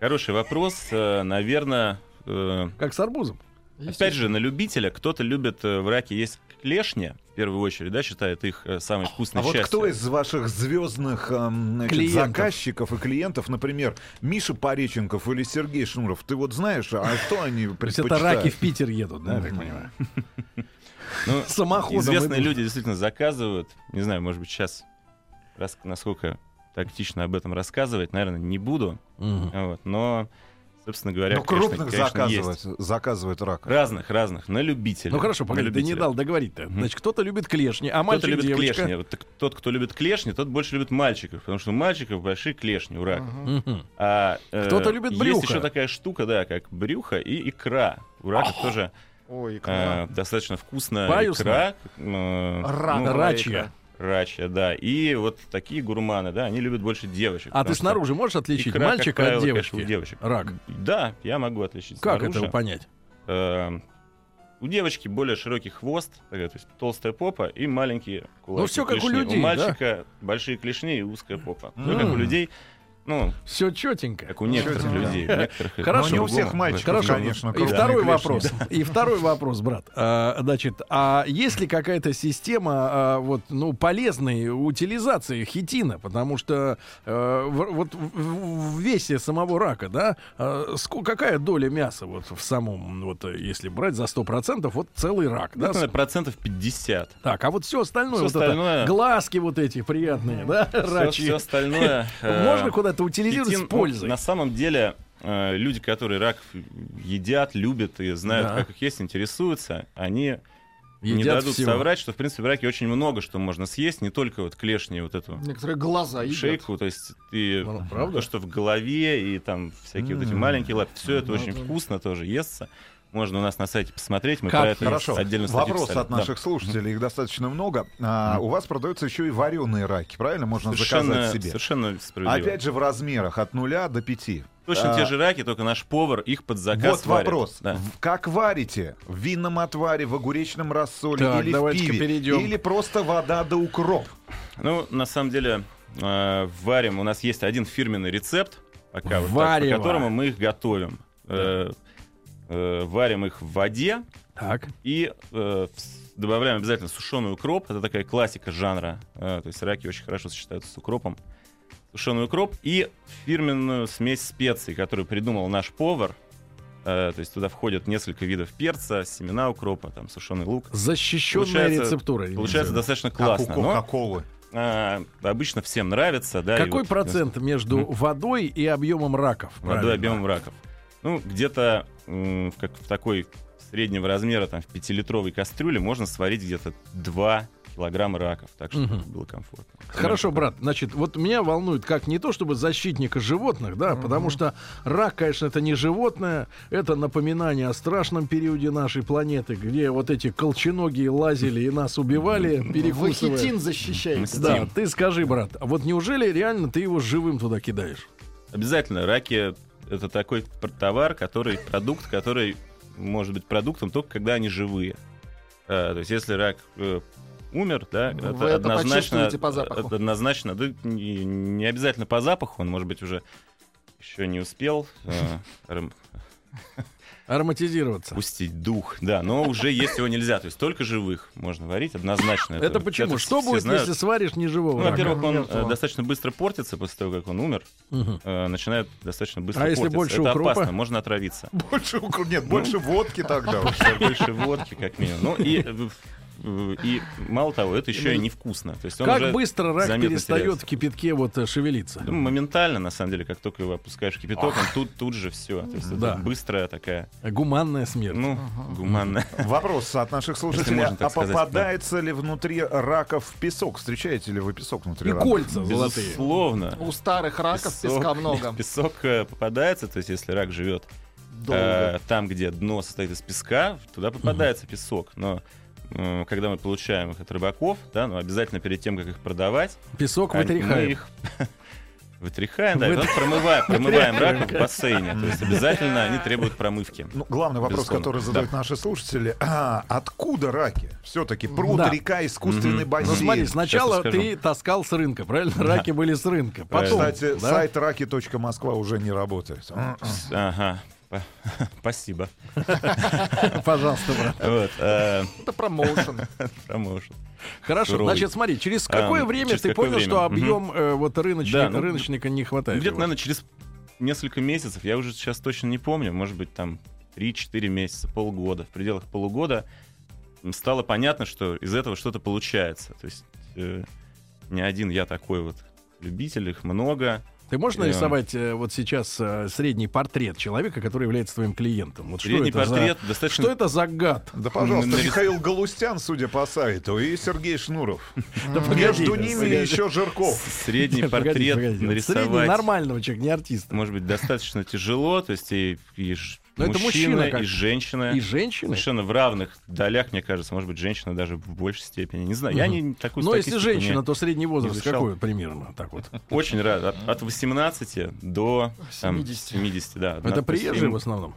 S5: Хороший вопрос, э, наверное. э,
S2: Как с арбузом?
S5: Опять же, на любителя кто-то любит э, в раке есть клешни, в первую очередь, да, считает их э, самой вкусной
S4: А вот
S5: частью.
S4: кто из ваших звездных эм, значит,
S2: Клиентов.
S4: заказчиков и клиентов, например, Миша Пореченков или Сергей Шнуров, ты вот знаешь, а что они
S2: То есть это
S4: предпочитают?
S2: раки в Питер едут, да, я так
S4: Мгм.
S2: понимаю?
S5: Ну,
S2: Самоходом
S5: Известные
S2: идут.
S5: люди действительно заказывают. Не знаю, может быть, сейчас рас- насколько тактично об этом рассказывать, наверное, не буду.
S2: Мгм.
S5: Вот, но, собственно говоря,
S4: Ну,
S5: конечно-
S4: крупных
S5: конечно,
S4: заказывают,
S5: есть.
S4: заказывают рака.
S5: Разных, разных, на любителя.
S2: Ну хорошо, погоди,
S5: На
S2: ты не
S5: любителя.
S2: дал договорить-то.
S5: Мгм.
S2: Значит, кто-то любит клешни, а
S5: Кто-то
S2: мальчик
S5: любит
S2: девочка.
S5: клешни. Вот так тот, кто любит клешни, тот больше любит мальчиков, потому что у мальчиков большие клешни, у рака.
S3: Мгм.
S2: Мгм.
S5: А, э,
S2: Кто-то любит брюхо.
S5: Есть еще такая штука, да, как брюхо и икра. У рака тоже
S3: Ой,
S5: э,
S3: икра.
S5: достаточно вкусная
S2: Паюсная?
S5: икра. э, ну,
S3: Раковая
S2: рачья.
S3: икра.
S5: Рача, да. И вот такие гурманы, да, они любят больше девочек.
S2: А
S5: потому
S2: ты
S5: что
S2: снаружи можешь отличить
S5: икра, как
S2: мальчика
S5: правило,
S2: от
S5: конечно,
S2: девочки?
S5: у девочек.
S2: Рак.
S5: Да, я могу отличить.
S2: Как
S5: снаружи.
S2: это понять?
S5: Эм, У девочки более широкий хвост, такая, то есть толстая попа и маленькие кулаки.
S2: Ну, всё как у
S5: клешни.
S2: людей,
S5: У мальчика большие клешни и узкая попа. Всё как у
S2: М.
S5: людей. Ну,
S2: Все четенько.
S5: как у некоторых
S4: Чётенько,
S5: людей. у некоторых и
S2: Хорошо.
S4: Ну, Но не у
S5: по-другому.
S4: всех мальчиков,
S2: Хорошо.
S5: Ну,
S4: конечно.
S2: И
S4: крупные
S2: второй
S4: грешники.
S2: вопрос. И второй вопрос, брат. А, значит, а есть ли какая-то система а, вот, ну, полезной утилизации хитина? Потому что э, в- вот в, в весе самого рака, да, э, ско- какая доля мяса вот в самом, вот э, если брать за 100%, вот целый рак,
S5: Ну,
S2: да?
S5: наверное, процентов 50.
S2: Так, а вот все остальное,
S5: Всё
S2: вот это,
S5: остальное-
S2: глазки вот эти приятные, да,
S5: Все,
S2: рачьи,
S5: остальное... э,
S2: можно куда-то утилизировать
S5: хитин,
S2: с
S5: ну,
S2: пользой.
S5: на самом деле, э, люди, которые рак едят, любят и знают,
S2: Да.
S5: как их есть, интересуются, они не
S2: Едят
S5: дадут
S2: всё.
S5: соврать, что, в принципе, в раке очень много что можно съесть, не только вот клешни вот эту
S3: Некоторые глаза едят.
S5: шейку, то есть и
S2: Ну, правда? Ну,
S5: то, что в голове и там всякие вот эти
S4: М.
S5: маленькие лапы, все это
S3: Да,
S5: очень
S3: да.
S5: вкусно тоже естся. Можно у нас на сайте посмотреть, мы
S2: Как
S5: про это
S4: Хорошо.
S5: отдельно статью
S4: Вопрос
S5: писали.
S4: от
S5: Да.
S4: наших слушателей, их достаточно много. А, у вас продаются еще и вареные раки, правильно? Можно
S5: Совершенно,
S4: заказать себе.
S5: совершенно справедливо.
S4: Опять же, в размерах от нуля до пяти.
S5: Точно
S4: А,
S5: те же раки, только наш повар их под заказ
S4: Вот
S5: варит.
S4: вопрос.
S5: Да.
S4: В- Как варите? В винном отваре, в огуречном рассоле
S2: Так,
S4: или в
S2: давайте-ка
S4: пиве?
S2: перейдем.
S4: Или просто вода да укроп?
S5: Ну, на самом деле, э, варим. У нас есть один фирменный рецепт, пока вот так,
S2: Варево.
S5: по которому мы их готовим. Э, э, варим их в воде
S2: Так,
S5: и э, вс- добавляем обязательно сушеный укроп. Это такая классика жанра. Э, то есть раки очень хорошо сочетаются с укропом. Сушеный укроп и фирменную смесь специй, которую придумал наш повар. Э, то есть туда входят несколько видов перца, семена укропа, там сушеный лук.
S2: защищенная
S5: Получается-
S2: рецептура. я не
S5: Получается
S2: знаю.
S5: достаточно
S4: Как у
S5: классно. ну. но-
S4: Кока-Колы.
S5: а, обычно всем нравится, да. и
S2: Какой
S5: вот,
S2: процент между
S5: Мгм.
S2: водой и объемом раков?
S5: э, Водой объемом раков. Ну, где-то м, в как в такой среднего размера, там, в пятилитровой кастрюле можно сварить где-то 2 килограмма раков, так чтобы
S2: Мгм.
S5: было комфортно.
S2: Хорошо, брат, значит, вот меня волнует как не то чтобы защитника животных, да, потому что рак, конечно, это не животное, это напоминание о страшном периоде нашей планеты, где вот эти колченогие лазили и нас убивали,
S3: Вы
S2: перекусывая.
S3: хитин защищаете.
S5: Мстим.
S2: Да, ты скажи, брат, а вот неужели реально ты его живым туда кидаешь?
S5: Обязательно раки — это такой пр- товар, который, продукт, который может быть продуктом только когда они живые. Э, то есть если рак э, умер, да,
S3: Ну, вы это почувствуете по запаху.
S5: это однозначно, да, не, не обязательно по запаху, он, может быть, уже еще не успел э, рам-
S2: Ароматизироваться.
S5: пустить дух, да, но уже есть его нельзя, то есть только живых можно варить, однозначно.
S2: Это почему?
S5: все-
S2: Что
S5: все
S2: будет,
S5: знают.
S2: если сваришь неживого
S5: Ну,
S2: рака?
S5: во-первых, он э,
S3: Мертвого.
S5: достаточно быстро портится после того, как он умер,
S2: Мгм.
S5: э, начинает достаточно быстро
S2: А если
S5: портиться.
S2: больше
S5: это
S2: укропа?
S5: опасно, можно отравиться.
S4: Больше укроп. Нет,
S5: Ну.
S4: больше водки тогда. уж.
S5: больше водки, как минимум. Ну и, э, э, и мало того, это еще и невкусно. То есть он
S2: Как
S5: уже
S2: быстро рак
S5: заметно
S2: перестает
S5: теряется.
S2: в кипятке вот э, шевелиться?
S5: ну, моментально, на самом деле, как только его опускаешь в кипяток, он тут, тут же все. То есть
S2: Да.
S5: это быстрая такая,
S2: Гуманная смерть.
S5: ну, гуманная.
S4: Вопрос от наших слушателей.
S5: можно так
S4: А
S5: сказать,
S4: попадается ли внутри раков песок? Встречаете ли вы песок внутри
S2: И
S4: раков?
S2: кольца золотые.
S5: Безусловно.
S3: У старых раков
S5: песок-
S3: песка много.
S5: Песок э, попадается, то есть если рак живет
S3: Долго.
S5: э, там, где дно состоит из песка, туда попадается песок. Но э, когда мы получаем их от рыбаков, да, ну, обязательно перед тем, как их продавать,
S2: Песок Ну,
S5: Они- Мы
S2: вытряхаем.
S5: их вытряхаем, да, и
S2: Выт-
S5: потом промываем, промываем раков в бассейне. То есть обязательно они требуют промывки.
S4: Ну, главный вопрос,
S5: Безусловно.
S4: который задают наши слушатели, а, откуда раки? Все-таки пруд,
S2: Да.
S4: река, искусственный
S2: Ну,
S4: бассейн.
S2: смотри, сначала
S5: расскажу.
S2: ты таскал с рынка, правильно? Раки были с рынка.
S5: Правильно.
S2: Потом,
S4: Кстати,
S2: да?
S4: сайт раки.москва уже не работает. М-м.
S5: Ага. П- Спасибо.
S2: пожалуйста, брат.
S5: Вот, э,
S3: Это промоушен.
S5: промоушен.
S2: Хорошо,
S5: Суровый.
S2: значит, смотри, через какое
S5: Эм,
S2: время
S5: через
S2: ты
S5: какое
S2: понял,
S5: время?
S2: что
S5: Мгм.
S2: объем э, вот рыночника,
S5: Да, ну,
S2: рыночника не хватает?
S5: Где-то,
S2: его?
S5: наверное, через несколько месяцев, я уже сейчас точно не помню, может быть, там 3-4 месяца, полгода, в пределах полугода м, стало понятно, что из этого что-то получается. То есть э, не один я такой вот любитель, их много.
S2: Ты можешь
S5: Да.
S2: нарисовать э, вот сейчас э, средний портрет человека, который является твоим клиентом? Вот
S5: Средний
S2: что это
S5: портрет
S2: За...
S5: достаточно
S2: Что это за гад?
S4: Да, пожалуйста,
S5: Нарис-
S4: Михаил Галустян, судя по сайту, и Сергей Шнуров. Между
S2: погоди,
S4: ними
S2: погоди.
S4: еще Жирков.
S5: средний
S2: Нет, погоди,
S5: портрет
S2: погоди.
S5: нарисовать.
S2: Средний нормального человека, не артиста.
S5: может быть, достаточно тяжело, то есть и, и ж-
S2: Но это мужчина как-
S5: и женщина.
S2: И женщины?
S5: Совершенно в равных долях, мне кажется, может быть, женщина даже в большей степени. Не знаю, я
S2: Мгм.
S5: не такую
S2: Но Ну, если
S5: статистику не-
S2: женщина, то средний возраст
S5: изучал.
S2: какой примерно? Так вот.
S5: Очень рад. От, от 18 до там,
S3: 70.
S5: 70, да.
S2: Это
S5: Надо-
S2: приезжие
S5: им-
S2: в основном.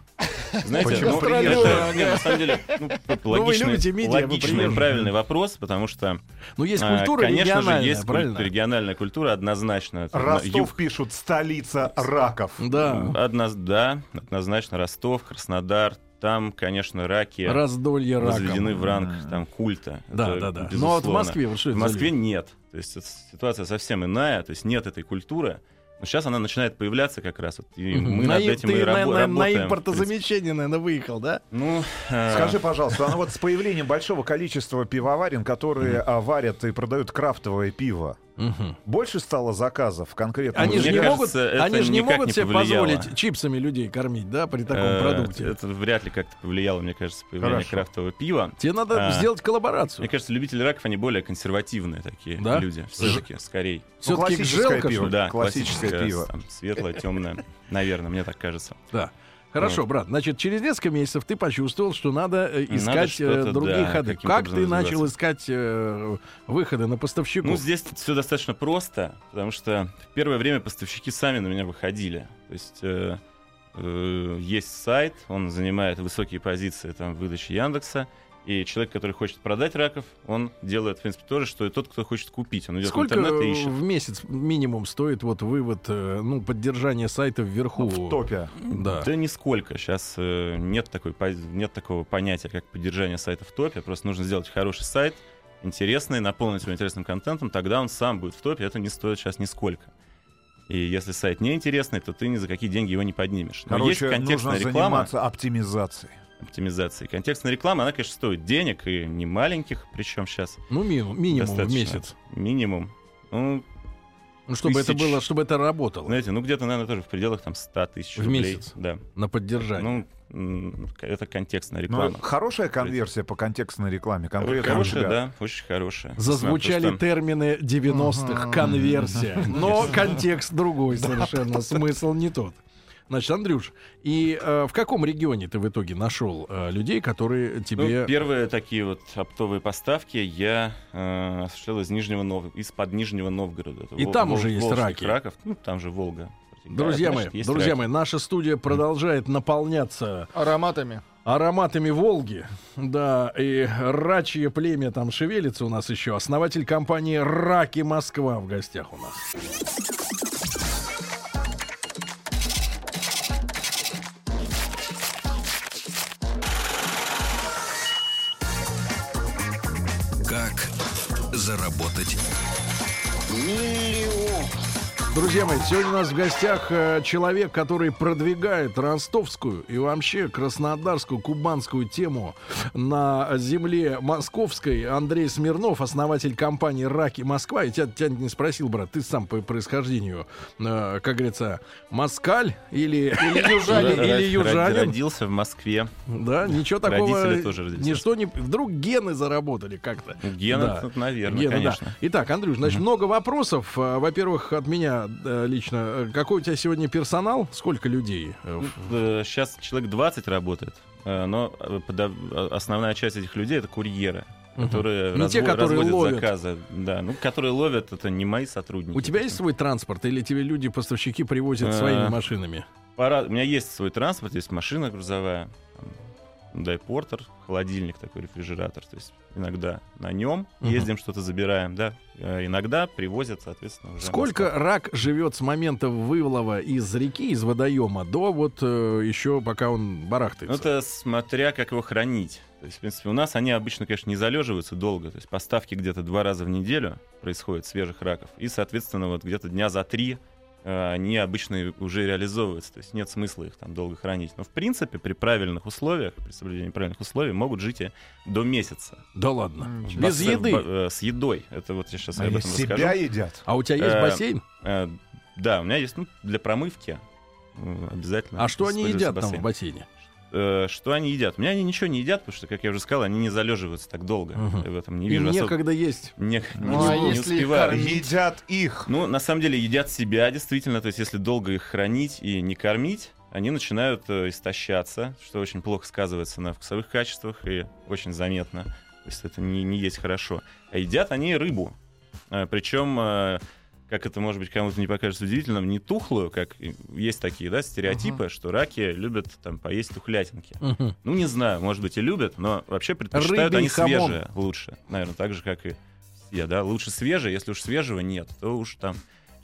S5: Знаете,
S4: Почему
S5: ну,
S2: приезжие?
S5: это, не, на самом деле,
S2: Ну,
S5: ну,
S2: вы
S5: логичный,
S2: любите медиа, вы
S5: логичный,
S2: приезжие.
S5: правильный вопрос, потому что,
S2: Ну, есть
S5: а,
S2: культура
S5: конечно же,
S2: региональная,
S5: есть куль-
S2: правильно?
S5: региональная культура, однозначно. Это на-
S4: Ростов
S5: юг-
S4: пишут, столица раков.
S2: Да.
S5: одноз- да, однозначно Ростов, Краснодар, там, конечно, раки
S2: Раздолье
S5: возведены
S2: раком.
S5: в ранг там культа.
S2: Да, да,
S5: Это
S2: да. Но вот в
S5: безусловно.
S2: Москве вот что
S5: В
S2: это
S5: Москве
S2: за люди?
S5: нет. То есть это ситуация совсем иная, то есть нет этой культуры. Но сейчас она начинает появляться как раз. Вот, и
S2: Мгм.
S5: мы
S2: На
S5: над
S2: и-
S5: этим
S2: ты
S5: и
S2: на- на- На
S5: рабо- работаем. в принципе.
S2: импортозамещение, наверное, выехал, да?
S5: Ну, э,
S4: Скажи, пожалуйста, а ну вот с появлением большого количества пивоварен, которые а, варят и продают крафтовое пиво, больше стало заказов конкретно?
S2: Они же
S5: мне
S2: не могут,
S5: кажется, это
S2: они же не
S5: никак
S2: могут
S5: не
S2: себе
S5: повлияло.
S2: позволить чипсами людей кормить, да, при таком
S5: э,
S2: продукте.
S5: Это вряд ли как-то повлияло, мне кажется, появление
S4: Хорошо.
S5: крафтового пива.
S2: Тебе надо
S5: а,
S2: сделать
S5: Мне
S2: коллаборацию.
S5: кажется, любители раков, они более консервативные такие
S2: Да?
S5: люди. Все-таки, скорее.
S4: Ну,
S2: Все-таки
S4: классическое
S2: желка.
S4: пиво.
S2: что ли?
S5: Да,
S4: классическое пиво.
S5: там, светлое, темное. Наверное, мне так кажется.
S2: Да. Хорошо,
S5: Вот.
S2: брат. Значит, через несколько месяцев ты почувствовал, что надо э,
S5: Надо
S2: искать э,
S5: что-то,
S2: другие
S5: да,
S2: ходы.
S5: каким-то
S2: Как
S5: образом
S2: ты начал
S5: развиваться.
S2: искать э, выходы на поставщиков?
S5: Ну, здесь все достаточно просто, потому что в первое время поставщики сами на меня выходили. То есть э, э, есть сайт, он занимает высокие позиции там в выдаче Яндекса, и человек, который хочет продать раков, он делает, в принципе, то же, что и тот, кто хочет купить. Он идет
S2: Сколько
S5: в интернет и
S2: э,
S5: ищет.
S2: в месяц минимум стоит вот вывод, э, ну, поддержание сайта вверху?
S4: в топе.
S2: Да.
S5: Да нисколько. Сейчас э, нет, такой, пози- нет такого понятия, как поддержание сайта в топе. Просто нужно сделать хороший сайт, интересный, наполнить его интересным контентом, тогда он сам будет в топе, это не стоит сейчас нисколько. И если сайт неинтересный, то ты ни за какие деньги его не поднимешь. Но
S4: Короче,
S5: есть контекстная
S4: нужно
S5: реклама
S4: заниматься оптимизацией.
S5: оптимизации. Контекстная реклама, она, конечно, стоит денег, и не маленьких, причем сейчас
S2: Ну, ми- минимум в
S5: достаточно.
S2: месяц.
S5: Минимум. Ну,
S2: Ну, чтобы это
S5: Тысяч.
S2: было, чтобы это работало
S5: знаете, ну где-то, наверное, тоже в пределах там 100 тысяч
S2: В
S5: рублей.
S2: месяц?
S5: Да.
S2: на поддержание.
S5: Ну, м, это контекстная
S2: Ну,
S4: Но
S5: реклама.
S4: Ну, хорошая конверсия по контекстной рекламе. Конкретно у
S5: Хорошая,
S4: тебя.
S5: да, очень хорошая.
S2: Зазвучали
S5: Потому что
S2: термины 90-х, конверсия. Но контекст другой совершенно, смысл не тот. Значит, Андрюш, и э, в каком регионе ты в итоге нашел э, людей, которые
S5: ну,
S2: тебе...
S5: первые такие вот оптовые поставки я э, осуществлял из Нижнего Нов... из-под Нижнего Новгорода. Это
S2: И там уже есть
S5: Волжских
S2: раки.
S5: Раков. Ну, там же Волга. протекает,
S2: Друзья мои,
S5: значит, есть
S2: друзья
S5: раки.
S2: мои, наша студия продолжает наполняться
S3: Ароматами.
S2: ароматами Волги. Да, и рачье племя там шевелится у нас еще. Основатель компании «Раки Москва» в гостях у нас.
S1: Как заработать?
S2: Друзья мои, сегодня у нас в гостях э, человек, который продвигает ростовскую и вообще краснодарскую, кубанскую тему на земле московской. Андрей Смирнов, основатель компании «Раки Москва». Я тебя, тебя не спросил, брат, ты сам по происхождению, э, как говорится, москаль или, или южанин? Или
S5: Ра- ра-
S2: южанин.
S5: Родился в Москве.
S2: Да, ничего такого.
S5: Родители тоже родились.
S2: Ничто не... Вдруг гены заработали как-то.
S5: Гена,
S2: Да.
S5: тут, наверное,
S2: Гена, да.
S5: конечно.
S2: Итак, Андрюш, значит, много вопросов. А, Во-первых, от меня э, лично. Э, Какой у тебя сегодня персонал? Сколько людей? э, в-
S5: Сейчас человек 20 работает, э, но э, подав- основная часть этих людей это курьеры. Которые
S2: Не те,
S5: разво-
S2: которые
S5: разводят
S2: ловят.
S5: заказы. Да, ну, которые ловят, это не мои сотрудники.
S2: У тебя есть свой транспорт или тебе люди, поставщики, привозят
S5: Э,
S2: своими машинами?
S5: Пора... У меня есть свой транспорт, есть машина грузовая, дай портер, холодильник такой, рефрижератор. То есть иногда на нем
S2: Мгм.
S5: ездим, что-то забираем, да. Э, Иногда привозят, соответственно, уже.
S2: Сколько рак живет с момента вывлова из реки, из водоема, до вот э, еще пока он
S5: Ну,
S2: барахтается?
S5: это смотря как его хранить. То есть, в принципе, у нас они обычно, конечно, не залеживаются долго. То есть поставки где-то два раза в неделю происходят свежих раков. И, соответственно, вот где-то дня за три э, они обычно и уже реализовываются. То есть нет смысла их там долго хранить. Но, в принципе, при правильных условиях, при соблюдении правильных условий, могут жить и до месяца.
S2: Да ладно.
S3: М,
S5: В
S2: Без
S5: бассейн-
S2: еды?
S5: ба- э, С едой. Это вот я сейчас об
S4: Они
S5: этом
S4: себя
S5: расскажу.
S4: едят.
S2: А у тебя есть
S5: Э,
S2: бассейн?
S5: Э, Да, у меня есть ну, для промывки э, обязательно.
S2: А что они
S5: используется
S2: едят там в
S5: бассейн.
S2: бассейне?
S5: Э, что они едят. У меня они ничего не едят, потому что, как я уже сказал, они не залеживаются так долго.
S2: Мгм.
S5: Я в этом не
S2: Им
S5: вижу. особо-
S2: некогда есть.
S5: Не-
S3: Ну,
S5: не-
S3: а
S5: не
S3: если их
S5: успеваю.
S3: кормить?
S4: Едят их.
S5: Ну, на самом деле, едят себя, действительно. То есть, если долго их хранить и не кормить, они начинают э, истощаться, что очень плохо сказывается на вкусовых качествах и очень заметно. То есть это не, не есть хорошо. А едят они рыбу. Э, Причем, как это, может быть, кому-то не покажется удивительным, не тухлую, как и- есть такие, да, стереотипы, что раки любят там поесть тухлятинки.
S2: Мгм.
S5: Ну, не знаю, может быть, и любят, но вообще предпочитают
S2: Рыбий
S5: они
S2: хамон.
S5: свежее лучше. Наверное, так же, как и все, да. Лучше свежее, если уж свежего нет, то уж там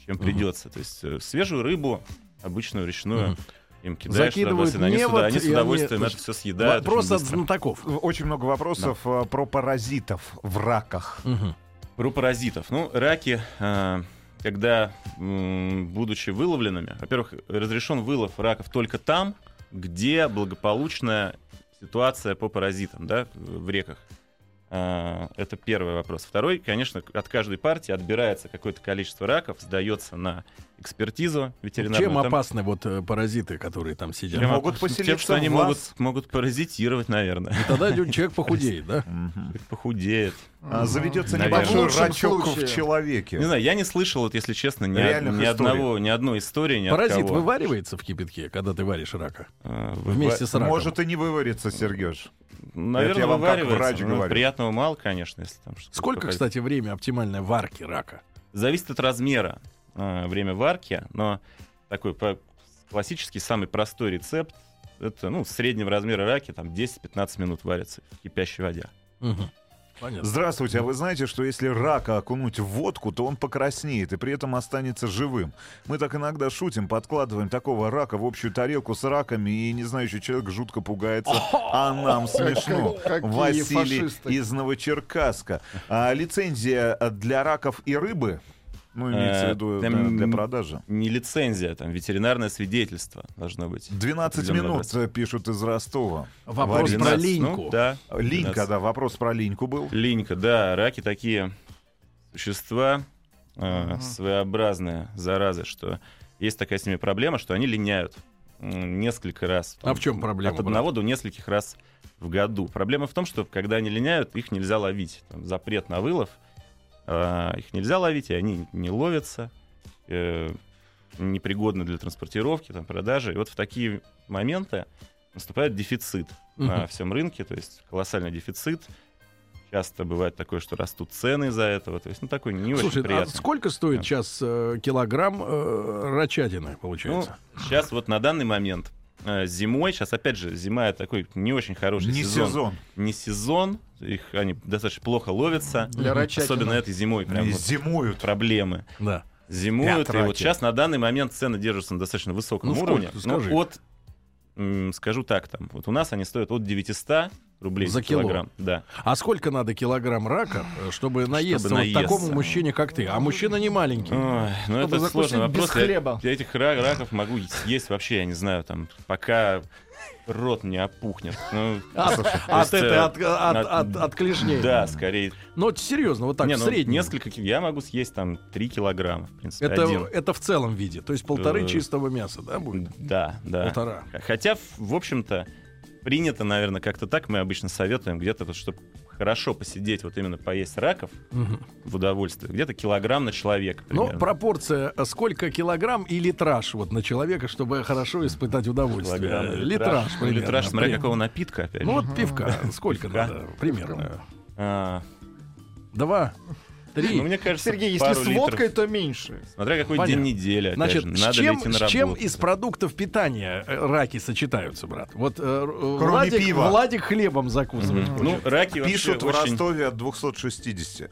S5: чем придется. То есть э, свежую рыбу, обычную речную,
S2: Мгм.
S5: им кидаешь
S2: Закидывают
S5: раз, и они, с
S2: невод,
S5: удов- они с
S2: и они-
S5: удовольствием это все съедают. очень
S6: Просто от
S5: быстро.
S6: знатоков.
S4: Очень много вопросов э, про паразитов в раках.
S2: Мгм.
S5: Про паразитов. Ну, раки, э, когда, м, будучи выловленными, во-первых, разрешен вылов раков только там, где благополучная ситуация по паразитам, да, в реках. Э, Это первый вопрос. Второй, конечно, от каждой партии отбирается какое-то количество раков, сдается на экспертизу ветеринарную.
S2: Чем
S5: Там-
S2: опасны вот э, паразиты, которые там сидят?
S5: Чем
S4: Могут
S5: опасно?
S4: поселиться
S5: Тем, что они
S4: в
S5: могут,
S4: вас.
S5: могут паразитировать, наверное.
S2: И Ну, тогда лю- человек похудеет, да?
S4: Мгм.
S5: Похудеет.
S4: А, Заведется
S5: Наверное.
S4: небольшой
S3: В лучшем
S4: рачок в
S3: случае.
S5: Не
S4: человеке.
S5: знаю, я не слышал, вот если честно, ни, од-
S4: Реальных
S5: ни
S4: историй.
S5: одного, ни одной истории, ни от
S2: Паразит
S5: кого.
S2: вываривается в кипятке, когда ты варишь рака?
S5: А, вы-
S2: Вместе с раком.
S4: Может и не выварится, Сергеж.
S5: Наверное,
S4: я вам как
S5: вываривается,
S4: врач
S5: но
S4: говорю.
S5: приятного мало, конечно, если там что-то
S2: Сколько,
S5: попадет.
S2: кстати, время оптимальной варки рака?
S5: Зависит от размера а, время варки, но такой по- классический, самый простой рецепт это, ну, среднего размера раки, там, 10-15 минут варятся в кипящей воде.
S2: Мгм. Понятно.
S4: Здравствуйте, а вы знаете, что если рака окунуть в водку, то он покраснеет и при этом останется живым? Мы так иногда шутим, подкладываем такого рака в общую тарелку с раками, и незнающий человек жутко пугается, а нам смешно.
S3: Какие
S4: Василий
S3: фашисты.
S4: из Новочеркасска. А, лицензия для раков и рыбы, ну, имеется в
S5: Э,
S4: виду да,
S5: там-
S4: для продажи.
S5: Не лицензия, там, ветеринарное свидетельство должно быть.
S4: 12
S5: Определенного
S4: минут э, пишут из Ростова.
S2: Вопрос
S4: Варить.
S2: про
S5: 12,
S2: линьку.
S5: ну, да.
S4: Линька,
S5: 12.
S4: да, вопрос про линьку был.
S5: Линька, да, раки такие существа э,
S3: Ага.
S5: своеобразные заразы, что есть такая с ними проблема, что они линяют м, несколько раз.
S2: А в чем проблема,
S5: От одного до нескольких раз в году. Проблема в том, что когда они линяют, их нельзя ловить. Там запрет на вылов, а, их нельзя ловить, и они не ловятся, э, непригодны для транспортировки, там, продажи. И вот в такие моменты наступает дефицит на
S2: Мгм.
S5: всем рынке, то есть колоссальный дефицит. Часто бывает такое, что растут цены из-за этого, то есть ну такой не очень
S2: Слушай, а
S5: приятный.
S2: сколько стоит сейчас э, килограмм э, рачатины,
S5: Ну,
S2: получается?
S5: сейчас вот на данный момент э, зимой, сейчас опять же зима это такой не очень хороший
S4: Не
S5: сезон.
S4: сезон.
S5: Не сезон, их они достаточно плохо ловятся,
S3: Для рачатины.
S5: особенно этой зимой прям
S4: И
S5: вот
S4: Э, Зимуют.
S5: проблемы.
S2: да.
S5: Зимуют,
S4: Пят
S5: и
S4: раки.
S5: вот сейчас на данный момент цены держатся на достаточно высоком
S2: Ну, сколько
S5: уровне.
S2: ты скажи?
S5: Ну, от, м, скажу так, там, вот у нас они стоят от 900 рублей
S2: За
S5: за
S2: кило.
S5: килограмм. Да.
S2: А сколько надо килограмм рака, э, чтобы наесться вот
S5: наесться.
S2: такому мужчине, как ты? А мужчина не маленький.
S5: Ой, ну
S3: Чтобы
S5: это
S3: закусить
S5: сложный
S3: без
S5: вопрос. Я-
S3: хлеба.
S5: Я, этих ра- раков могу съесть вообще, я не знаю, там, пока рот не опухнет. Ну,
S2: А, От
S5: то есть,
S2: этой,
S5: э,
S2: от, от,
S5: на-
S2: от- от клешней.
S5: Да, скорее.
S2: Ну, серьезно, вот так,
S5: Не,
S2: в
S5: ну,
S2: среднем.
S5: несколько, ки- я могу съесть там 3 килограмма, в принципе,
S2: Это,
S5: один.
S2: это в целом виде. То есть полторы
S5: Э,
S2: чистого мяса, да, будет?
S5: Да, да.
S2: Полтора.
S5: Хотя, в- в общем-то, принято, наверное, как-то так. Мы обычно советуем где-то, вот, чтобы хорошо посидеть, вот именно поесть раков
S2: Мгм.
S5: в удовольствие. Где-то килограмм на человека.
S2: Но
S5: примерно.
S2: Ну, пропорция, э, сколько килограмм и литраж вот на человека, чтобы хорошо испытать удовольствие.
S5: Килограмм
S2: Э,
S5: на
S2: литраж, примерно.
S5: Литраж, смотря
S2: При-
S5: какого напитка, опять
S2: Ну
S5: же.
S2: вот пивка, сколько
S5: Пивка.
S2: надо, примерно.
S5: А,
S2: Два,
S5: ну,
S2: три.
S5: мне кажется,
S3: Сергей, если
S5: пару
S3: с
S5: литров.
S3: водкой, то меньше.
S5: Смотря какой
S2: Понятно.
S5: день недели, опять
S2: Значит,
S5: же,
S2: с
S5: надо
S2: чем,
S5: идти на
S2: с
S5: работу.
S2: чем из продуктов питания э, раки сочетаются, брат? Вот э, э,
S4: Кроме
S2: Владик,
S4: пива.
S2: Владик хлебом закусывает.
S5: Мгм. Ну, раки вообще
S4: Пишут в
S5: очень...
S4: Ростове от 260.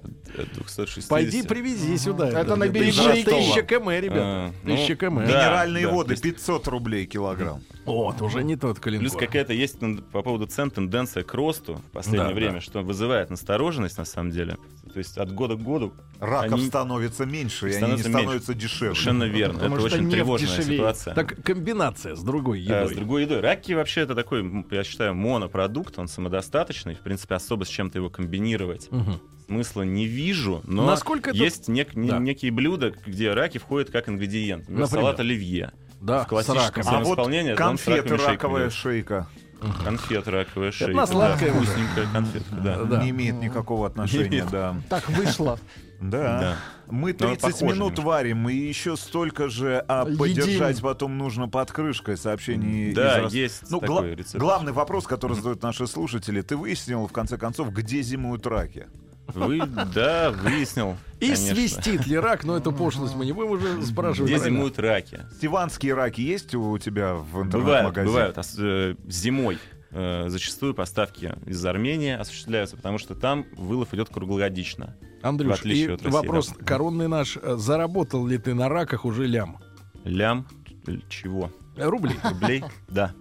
S5: э, 260.
S2: Пойди привези сюда.
S3: Это
S2: Это
S3: на
S2: где-то
S3: бережейке.
S2: из Тысяча км,
S5: А,
S2: ребята.
S5: ну,
S2: Тысяча км.
S5: Да,
S4: Минеральные
S5: да,
S4: воды
S5: есть.
S4: 500 рублей килограмм.
S2: Вот, уже не тот
S5: Плюс
S2: калинкор.
S5: какая-то есть тен- по поводу цен тенденция к росту в последнее
S2: Да,
S5: время,
S2: да.
S5: что вызывает настороженность на самом деле. То есть от года к году
S4: Раков
S5: Они-
S4: становится меньше, и они не
S5: становится меньше.
S4: становятся дешевле.
S5: совершенно верно.
S3: Потому
S5: Это
S3: что
S5: очень
S3: нефть
S5: тревожная
S3: дешевеет.
S5: ситуация.
S2: Так, комбинация с другой
S5: Э,
S2: едой.
S5: С другой едой. Раки вообще это такой, м, я считаю, монопродукт, он самодостаточный. В принципе, особо с чем-то его комбинировать
S2: Мгм.
S5: смысла не вижу, но
S2: Насколько это-
S5: есть нек- не-
S2: Да.
S5: некие блюда, где раки входят как ингредиент. Например,
S2: Например?
S5: салат оливье.
S2: Да,
S5: в классическом
S2: с раком.
S5: смысле.
S4: А вот
S5: исполнение, там с
S4: конфеты
S5: раковыми
S4: раковая шейка.
S5: конфет раковая шейка.
S2: на
S5: да,
S2: сладкое уже.
S5: Вкусненькая конфетка, да.
S2: Да.
S4: Не имеет никакого отношения, да.
S3: Так вышло.
S4: Да.
S5: Да.
S4: Мы
S5: Но
S4: 30
S5: похоже
S4: минут
S5: немножко.
S4: варим, и еще столько же, а
S3: Едим.
S4: поддержать потом нужно под крышкой сообщений.
S5: Да,
S4: из раз-
S5: есть
S4: Ну,
S5: такой
S4: гла-
S5: рецепт.
S4: главный вопрос, который задают наши слушатели, ты выяснил, в конце концов, где зимуют раки?
S5: Вы, да, выяснил.
S6: И
S5: конечно.
S6: свистит ли рак, но эту пошлость мы не будем уже спрашивать.
S5: Где
S6: правильно?
S5: зимуют раки?
S4: Тиванские раки есть у тебя в
S5: Бывают,
S4: интернет-магазине?
S5: бывают. Ос- э, Зимой э, зачастую поставки из Армении осуществляются, потому что там вылов идет круглогодично.
S2: Андрюш,
S5: В отличие
S2: и
S5: от России,
S2: вопрос
S5: да.
S2: коронный наш. э, Заработал ли ты на раках уже лям?
S5: Лям л- чего?
S2: Э, Рублей.
S5: Рублей? Да.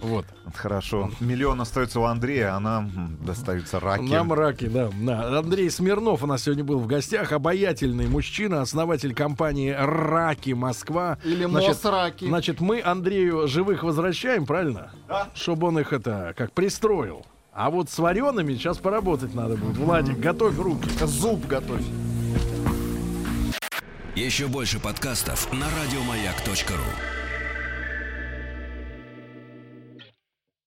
S2: Вот.
S4: Хорошо. Миллион остается у Андрея, а нам м, достаются раки.
S2: Нам раки, да. да. Андрей Смирнов у нас сегодня был в гостях. Обаятельный мужчина, основатель компании «Раки Москва».
S3: Или
S2: Значит,
S3: мосраки.
S2: Значит, мы Андрею живых возвращаем, правильно?
S4: Да.
S2: Чтобы он их это как пристроил. А вот с вареными сейчас поработать надо будет. Владик, готовь руки.
S3: Зуб готовь.
S1: Еще больше подкастов на радиомаяк.ру.